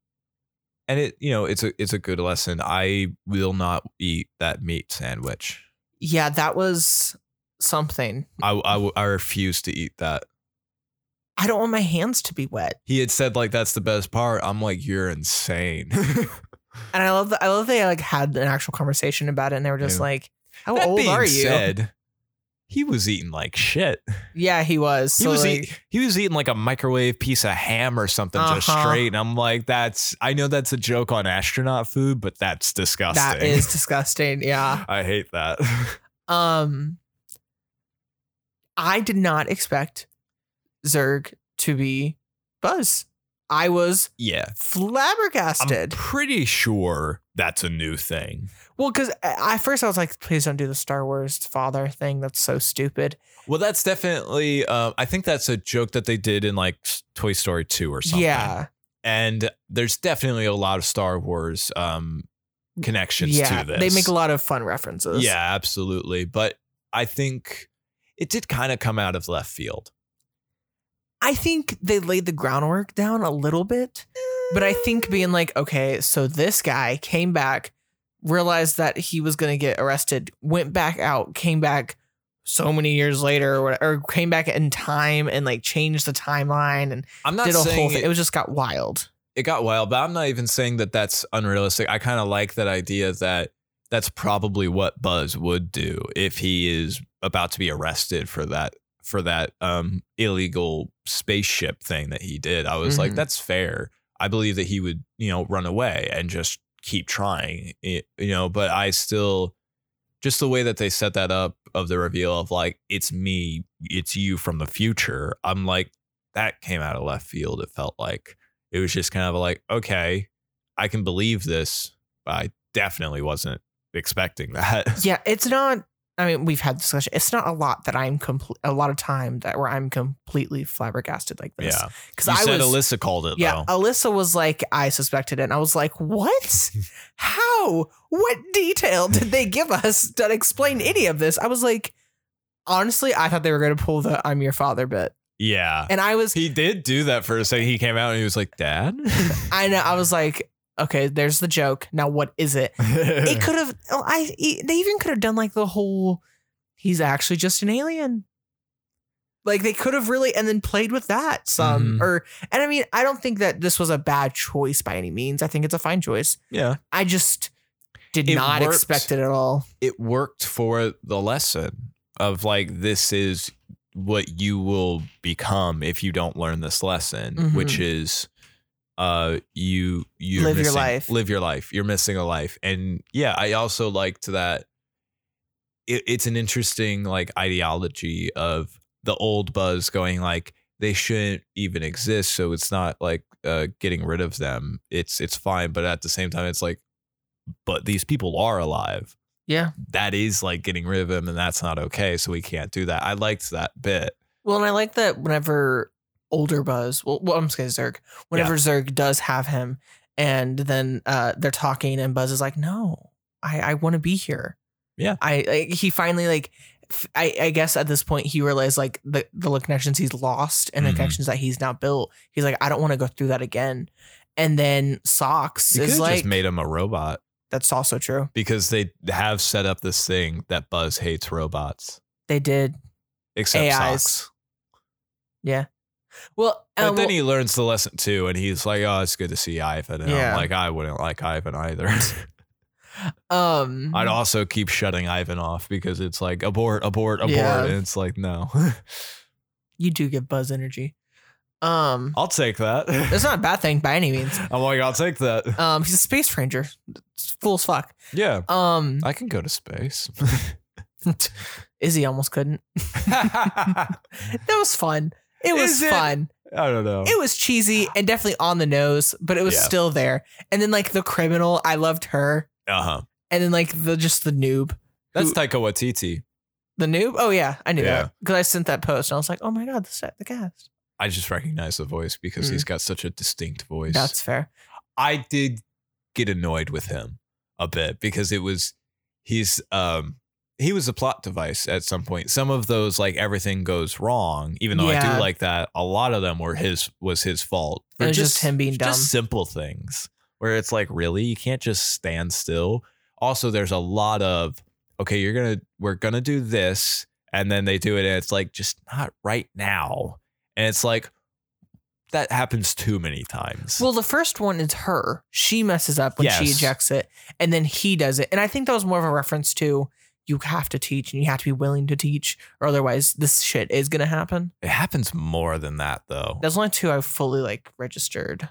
and it, you know, it's a it's a good lesson. I will not eat that meat sandwich. Yeah, that was something. I I, I refuse to eat that. I don't want my hands to be wet. He had said like that's the best part. I'm like you're insane. And I love that I love they like had an actual conversation about it and they were just Yeah. like, How That old being are you? said, he was eating like shit. yeah, he was. He So, was like, eat, he was eating like a microwave piece of ham or something just Uh-huh. straight, and I'm like, that's I know that's a joke on astronaut food, but that's disgusting. that is disgusting. Yeah. I hate that. Um I did not expect Zerg to be Buzz. I was yeah, I'm flabbergasted. pretty sure that's a new thing. well, because at first I was like, please don't do the Star Wars father thing. That's so stupid. Well, that's definitely. Um, I think that's a joke that they did in like s- Toy Story two or something. Yeah. and there's definitely a lot of Star Wars um connections Yeah. to this. They make a lot of fun references. Yeah, absolutely. But I think it did kind of come out of left field. I think they laid the groundwork down a little bit, but I think being like, okay, so this guy came back, realized that he was going to get arrested, went back out, came back so many years later or whatever, or came back in time and like changed the timeline and I'm not did a whole saying thing. It, it, was just got wild. it got wild, but I'm not even saying that that's unrealistic. I kind of like that idea that that's probably what Buzz would do if he is about to be arrested for that for that um illegal spaceship thing that he did. I was like Mhm. that's fair. I believe that he would, you know, run away and just keep trying, y- you know, but I still just the way that they set that up of the reveal of like it's me it's you from the future i'm like that came out of left field it felt like it was just kind of like okay i can believe this but i definitely wasn't expecting that Yeah, it's not. I mean, we've had discussion. It's not a lot that I'm complete. A lot of time that where I'm completely flabbergasted like this. yeah because you I said was alyssa called it Yeah, though Alyssa was like, I suspected it. And I was like, what? How? What detail did they give us to explain any of this? I was like, honestly, I thought they were going to pull the I'm your father bit. yeah And I was, he did do that for a second he came out and he was like dad I know, I was like, okay, there's the joke. Now what is it? It could have, oh, I, e- they even could have done like the whole, he's actually just an alien. Like they could have really and then played with that some Mhm. or and I mean I don't think that this was a bad choice by any means. I think it's a fine choice. yeah I just did It not worked. expect it at all. it worked for the lesson of like this is what you will become if you don't learn this lesson Mhm. which is uh you you Live your life. live your life you're missing a life and yeah i also liked that it, it's an interesting like ideology of the old buzz going like they shouldn't even exist so it's not like uh getting rid of them it's it's fine but at the same time it's like but these people are alive Yeah. that is like getting rid of him and that's not okay so we can't do that i liked that bit Well, and I like that whenever older Buzz, well, well I'm just gonna say Zerg. Whenever Zerg does have him, and then uh, they're talking, and Buzz is like, "No, I, I want to be here." Yeah. I, I he finally like, f- I, I guess at this point he realized like the the connections he's lost and Mhm. the connections that he's not built. He's like, "I don't want to go through that again." And then Socks you could is have like, just made him a robot "That's also true." because they have set up this thing that buzz hates robots They did. except AIs. socks Well, but um, then he learns the lesson too and he's like oh it's good to see ivan and Yeah. Mm-hmm. i'm like i wouldn't like ivan either um, i'd also keep shutting ivan off because it's like abort abort abort Yeah. and it's like no You do give Buzz energy. Um, i'll take that it's not a bad thing by any means. i'm like i'll take that Um, he's a space ranger. It's cool as fuck. yeah Um, i can go to space Izzy almost couldn't. i That was fun. It was Is it? fun. don't know It was cheesy and definitely on the nose, but it was Yeah. still there. And then like the criminal, I loved her. uh-huh And then like the just the noob, that's Who- taika waititi the noob. Oh yeah, I knew Yeah. that because I sent that post and I was like, oh my god, this the cast. I just recognize the voice because he's got such a distinct voice. Mm. That's fair. I did get annoyed with him a bit because it was he's um he was a plot device at some point. Some of those like everything goes wrong, even though I Yeah. do like that, a lot of them were his was his fault. It They're was just him being just dumb. simple things where it's like, really, you can't just stand still. Also, there's a lot of okay, you're gonna we're gonna do this, and then they do it, and it's like just not right now, and it's like that happens too many times. Well, the first one is her. She messes up when she Yes. ejects it, and then he does it. And I think that was more of a reference to you have to teach and you have to be willing to teach, or otherwise this shit is gonna happen. it happens more than that though. There's only two I've fully like registered.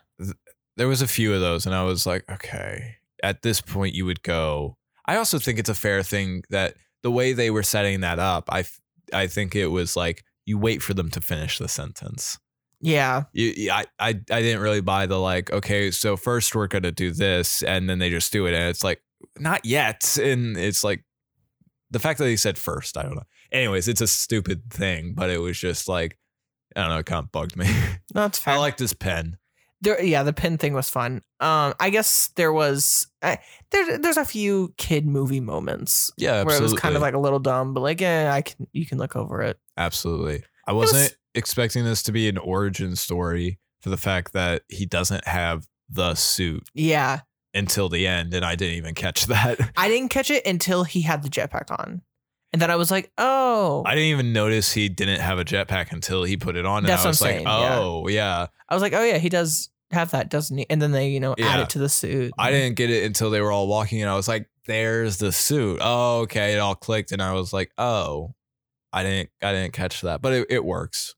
there was a few of those and i was like okay at this point you would go i also think it's a fair thing that the way they were setting that up i f- I think it was like you wait for them to finish the sentence Yeah, you, you- I, I i didn't really buy the like okay so first we're gonna do this and then they just do it and it's like not yet and it's like the fact that they said first i don't know anyways it's a stupid thing but it was just like i don't know it kind of bugged me that's fair. i like this pen there yeah the pin thing was fun um i guess there was I, there, there's a few kid movie moments yeah absolutely. where it was kind of like a little dumb but like yeah i can you can look over it Absolutely. I was- wasn't expecting this to be an origin story for the fact that he doesn't have the suit yeah until the end, and I didn't even catch that. i didn't catch it until he had the jetpack on and then i was like oh I didn't even notice he didn't have a jetpack until he put it on, and That's I what was I'm like, saying, yeah. "Oh, yeah. i was like oh yeah he does have that doesn't he and then they you know add Yeah. it to the suit I didn't get it until they were all walking, and I was like, "There's the suit." Oh, okay. It all clicked, and I was like, "Oh, I didn't, I didn't catch that, but it, it works."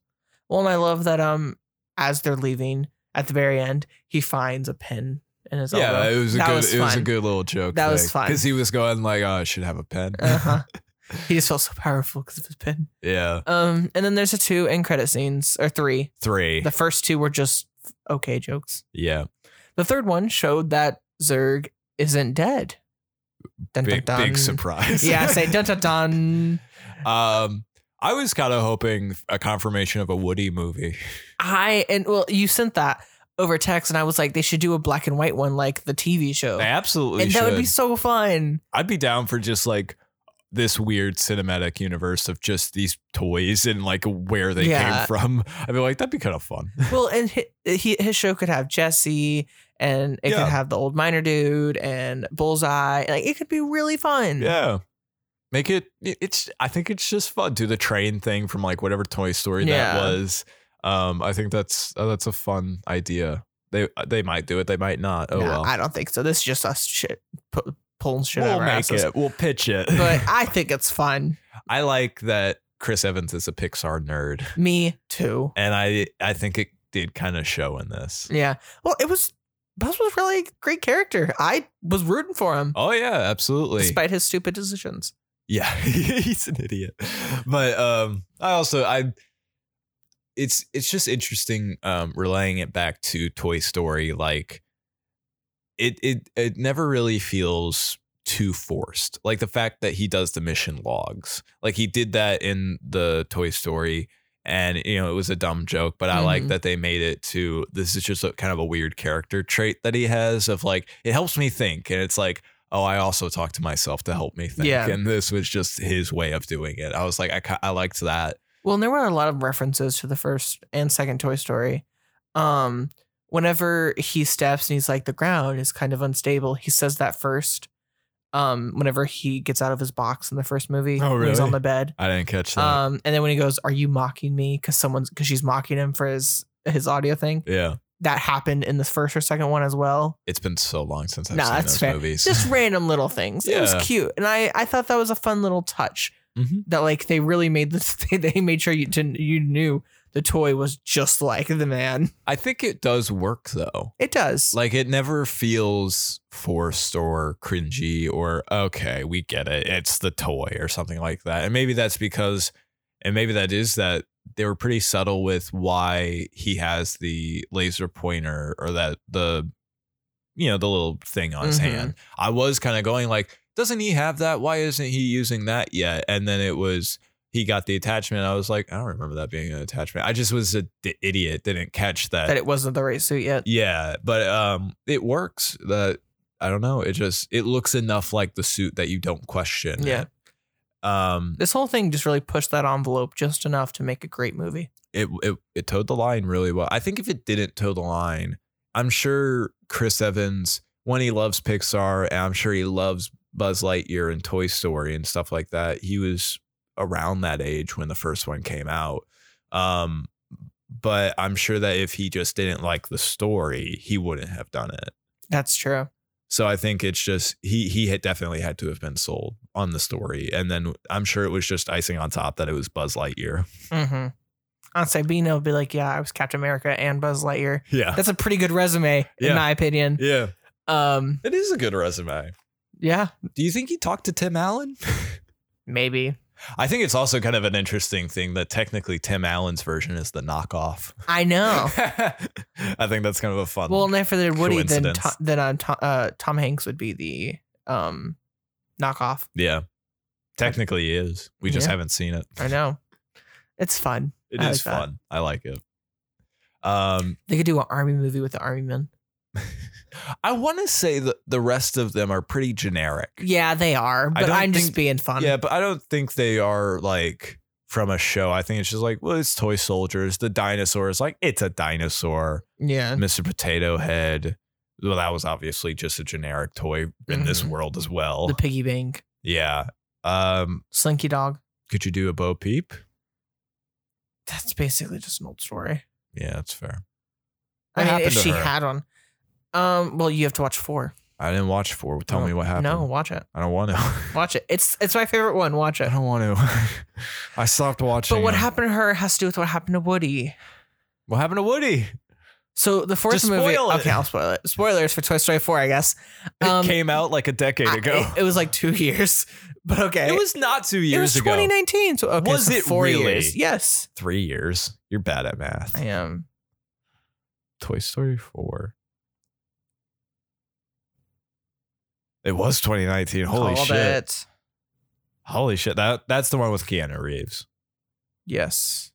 well and i love that um as they're leaving at the very end he finds a pin in his yeah, elbow it was a That good, was it was a fun. good little joke. That was fun. because he was going like, "Oh, I should have a pen." uh-huh he just felt so powerful because of his pin yeah, Um, and then there's a two end credit scenes or three. three. The first two were just okay jokes. yeah. The third one showed that Zerg isn't dead. Dun, dun, big, dun. big surprise. Yeah, I say dun dun dun. um, I was kind of hoping a confirmation of a Woody movie. I and well, you sent that over text, and I was like, they should do a black and white one like the TV show, They absolutely and should. that would be so fun. I'd be down for just like this weird cinematic universe of just these toys and like where they Yeah. Hmm. came from. I'd be like, that'd be kind of fun. well, and hi- he, his show could have Jesse, and it Yeah. could have the old miner dude and Bullseye. Like it could be really fun. yeah. Make it. It's. I think it's just fun. Do the train thing from like whatever Toy Story Yeah. that was. Um, I think that's uh, that's a fun idea. They uh, they might do it. They might not. Oh Nah, well. I don't think so. This is just us shit pu- pulling shit out we'll of our make asses. it. We'll pitch it. But I think it's fun. I like that Chris Evans is a Pixar nerd, Me too. and I I think it did kind of show in this. Yeah. Well, it was Buzz was really a great character. I was rooting for him Oh yeah, absolutely. despite his stupid decisions. yeah, he's an idiot. But um, I also I it's it's just interesting um relaying it back to Toy Story like it it it never really feels too forced. Like the fact that he does the mission logs. Like he did that in the Toy Story and you know it was a dumb joke, but I like Mhm. that they made it to this is just a kind of a weird character trait that he has of like it helps me think and it's like oh I also talk to myself to help me think Yeah. and this was just his way of doing it. I was like I ki- I liked that. Well, and there were a lot of references to the first and second Toy Story. Um, whenever he steps and he's like, the ground is kind of unstable, he says that first. Um, whenever he gets out of his box in the first movie, Oh, when he's on really? the bed. I didn't catch that. Um, and then when he goes, "Are you mocking me?" Because someone's because she's mocking him for his his audio thing. yeah. That happened in the first or second one as well. It's been so long since I've Nah, seen that's those fair. movies. Just random little things. It Yeah. was cute, and I I thought that was a fun little touch. Mhm. That like they really made this. They, they made sure you didn't you knew the toy was just like the man. I think it does work though. It does. Like it never feels forced or cringy or okay, we get it. It's the toy or something like that. And maybe that's because, and maybe that is that they were pretty subtle with why he has the laser pointer or that the, you know, the little thing on his Mhm. hand. I was kind of going like, doesn't he have that? Why isn't he using that yet? And then it was. He got the attachment. I was like, I don't remember that being an attachment. I just was an idiot, didn't catch that that it wasn't the right suit yet. yeah, but um, it works. That I don't know. It just it looks enough like the suit that you don't question. Yeah. it. Um, This whole thing just really pushed that envelope just enough to make a great movie. it, it it towed the line really well. I think if it didn't toe the line, I'm sure Chris Evans, when he loves Pixar, and I'm sure he loves Buzz Lightyear and Toy Story and stuff like that. He was around that age when the first one came out. Um, but I'm sure that if he just didn't like the story, he wouldn't have done it. That's true. So I think it's just he he had definitely had to have been sold on the story, and then I'm sure it was just icing on top that it was Buzz Lightyear. Mm-hmm. On Sabino would be like, yeah, I was Captain America and Buzz Lightyear. Yeah, That's a pretty good resume, in Yeah. my opinion. yeah, Um, it is a good resume. yeah, Do you think he talked to Tim Allen? maybe. I think it's also kind of an interesting thing that technically Tim Allen's version is the knockoff. I know. I think that's kind of a fun. Oh. Well, and if they did Woody, then Um, Coincidence. Tom, then uh, Tom, uh, Tom Hanks would be the um, knockoff. yeah, technically he is. We just Yeah. haven't seen it. I know. It's fun. It I is like that. fun. I like it. Um, They could do an army movie with the army men. I want to say that the rest of them are pretty generic. Yeah, they are, but don't I'm just think- being fun. Yeah, but I don't think they are like from a show. I think it's just like, well, it's toy soldiers. The dinosaur is like, it's a dinosaur. Yeah. Mr. Potato Head. Well, that was obviously just a generic toy in this Mhm. world as well. The piggy bank, yeah. Um, Slinky Dog. could you do a Bo Peep? That's basically just an old story. Yeah, that's fair. I What mean, happened if to she her? had one. Um, well, you have to watch four. I didn't watch four. Tell No, me what happened. Oh, No, watch it. I don't want to. Watch it. It's it's my favorite one. Watch I it. don't want to. I stopped watching. But what them. happened to her has to do with what happened to Woody. What happened to Woody? So the fourth Just movie. spoil it. Okay, I'll spoil it. Spoilers for Toy Story four, I guess. Um, it came out like a decade I- ago. it, it was like two years, but okay. It, was not two It was years ago. 2019. So okay, Was so it four really? years? Yes, Three years. You're bad at math. I am. Toy Story 4. It was 2019. Holy Called shit. It. Holy shit. That that's the one with Keanu Reeves. Yes.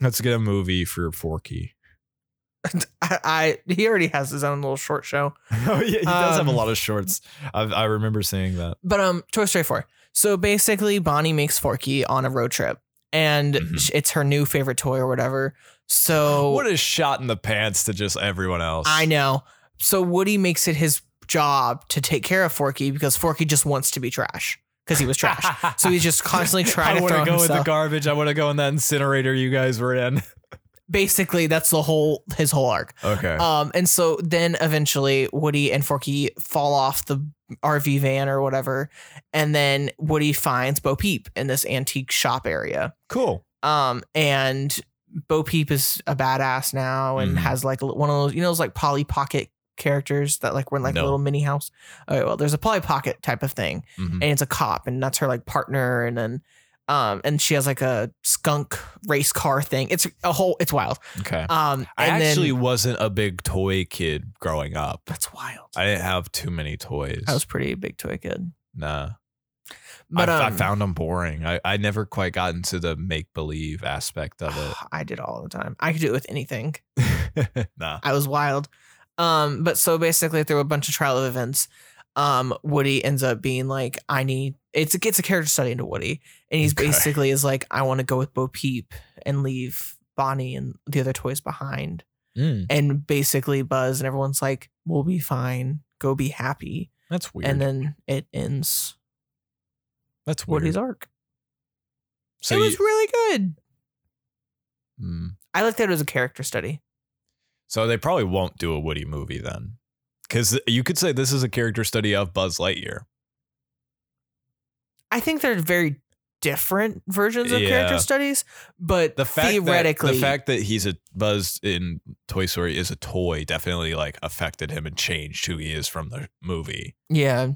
Let's get a movie for Forky. I, I he already has his own little short show. oh yeah, he does have a Um, lot of shorts. i I remember seeing that. But um, Toy Story four. So basically, Bonnie makes Forky on a road trip, and Mhm. sh it's her new favorite toy or whatever. So What a shot in the pants to just everyone else. Oh. I know. So Woody makes it his job to take care of Forky because Forky just wants to be trash because he was trash. so he's just constantly trying I to wanna throw go in the himself. garbage. I want to go in that incinerator you guys were in. Basically, that's the whole his whole arc. Okay. Um, and so then eventually Woody and Forky fall off the RV van or whatever, and then Woody finds Bo Peep in this antique shop area. cool. Um, and Bo Peep is a badass now and Mhm. has like l- one of those, you know, those like Polly Pocket characters that like were in like a No. little mini house. Okay, well, there's a Polly Pocket type of thing, Mhm. and it's a cop, and that's her like partner, and then. Um, and she has like a skunk race car thing. It's a whole, it's wild. Okay. Um, I and actually then, wasn't a big toy kid growing up. that's wild. I didn't have too many toys. I was pretty big toy kid. nah. But I, um, I found them boring. I, I never quite got into the make believe aspect of I did all the time. I could do it with anything. it. nah. I was wild. Um, but so basically through a bunch of trial events, um, Woody ends up being like, I need it's it's a character study into Woody. And he's Okay. basically is like, I want to go with Bo Peep and leave Bonnie and the other toys behind. Mm, And basically Buzz and everyone's like, We'll be fine. Go be happy. that's weird. And then it ends that's weird. Woody's arc. so it was you- really good. Mm. I like that it was a character study. so they probably won't do a Woody movie then, because you could say this is a character study of Buzz Lightyear. I think they're very different versions of character Yeah. studies, but The fact theoretically, that, the fact that he's a Buzz in Toy Story is a toy definitely like affected him and changed who he is from the movie. yeah,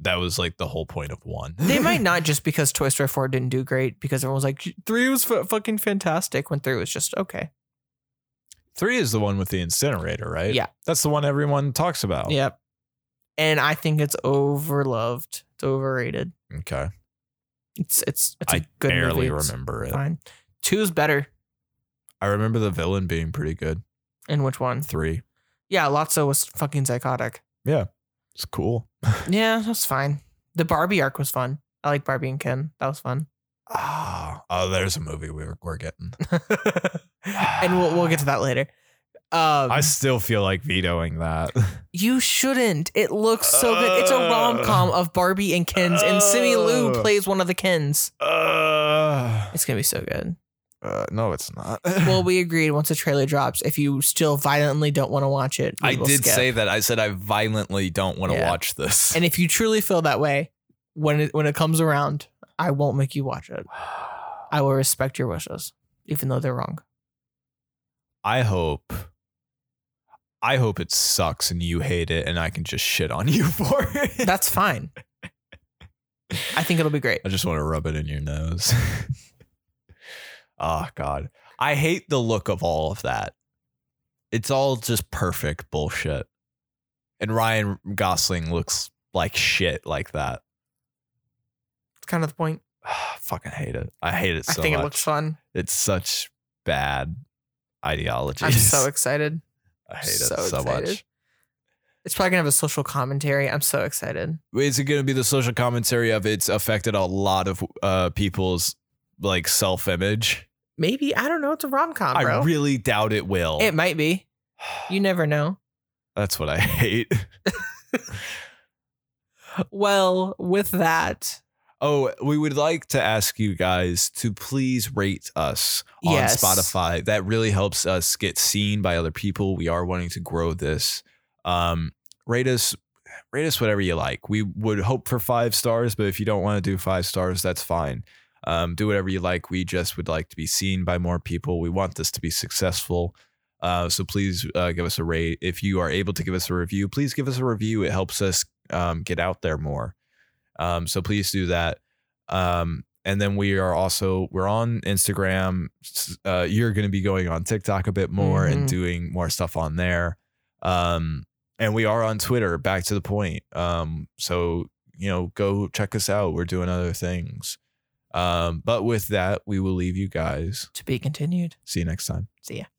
That was like the whole point of one. they might not just because Toy Story four didn't do great because everyone was like three was f- fucking fantastic when three was just okay. Three is the one with the incinerator, right? Yeah. that's the one everyone talks about. Yep, and I think it's overloved. It's overrated. Okay. It's it's it's a I good barely movie. It's remember it. Fine, two's better. I remember the villain being pretty good. And which one? Three. Yeah, Lotso was fucking psychotic. It's cool. Yeah, that's fine. The Barbie arc was fun. I like Barbie and Ken. That was fun. Oh, oh, there's a movie we were, we're getting. and we'll we'll get to that later. Um, I still feel like vetoing that. you shouldn't. It looks so good. It's a Uh. rom com of Barbie and Kens, and Simi Lou Oh. plays one of the Kens. Uh, It's gonna be so good. uh, no, it's not. Well, we agreed once the trailer drops. If you still violently don't want to watch it, we I will did skip. say that. I said I violently don't want to Yeah. watch this. And if you truly feel that way, when it when it comes around, I won't make you watch it. I will respect your wishes, even though they're wrong. I hope. I hope it sucks and you hate it, and I can just shit on you for it. That's fine. I think it'll be great. I just want to rub it in your nose. oh God, I hate the look of all of that. It's all just perfect bullshit, and Ryan Gosling looks like shit like that. It's kind of the point. fucking hate it. I hate it I so think much. it looks fun. it's such bad ideology. I'm so excited. I hate so it so excited. much. It's probably gonna have a social commentary. I'm so excited. Is it going to be the social commentary of it's affected a lot of uh, people's like self image? Maybe I don't know. It's a rom com, bro. I really doubt it will. it might be. You never know. That's what I hate. Well, with that, Oh, we would like to ask you guys to please rate us on Yes. Spotify. That really helps us get seen by other people. We are wanting to grow this. Um, rate us, rate us whatever you like. We would hope for five stars, but if you don't want to do five stars, that's fine. Um, do whatever you like. We just would like to be seen by more people. We want this to be successful. Uh, so please uh, give us a rate. If you are able to give us a review, please give us a review. It helps us um, get out there more. Um, so please do that. Um, and then we are also we're on Instagram. S- Uh, you're going to be going on TikTok a bit more and Mhm. doing more stuff on there. Um, and we are on Twitter. Back to the point. Um, so you know, go check us out. We're doing other things. Um, but with that, we will leave you guys. to be continued. See you next time. See ya.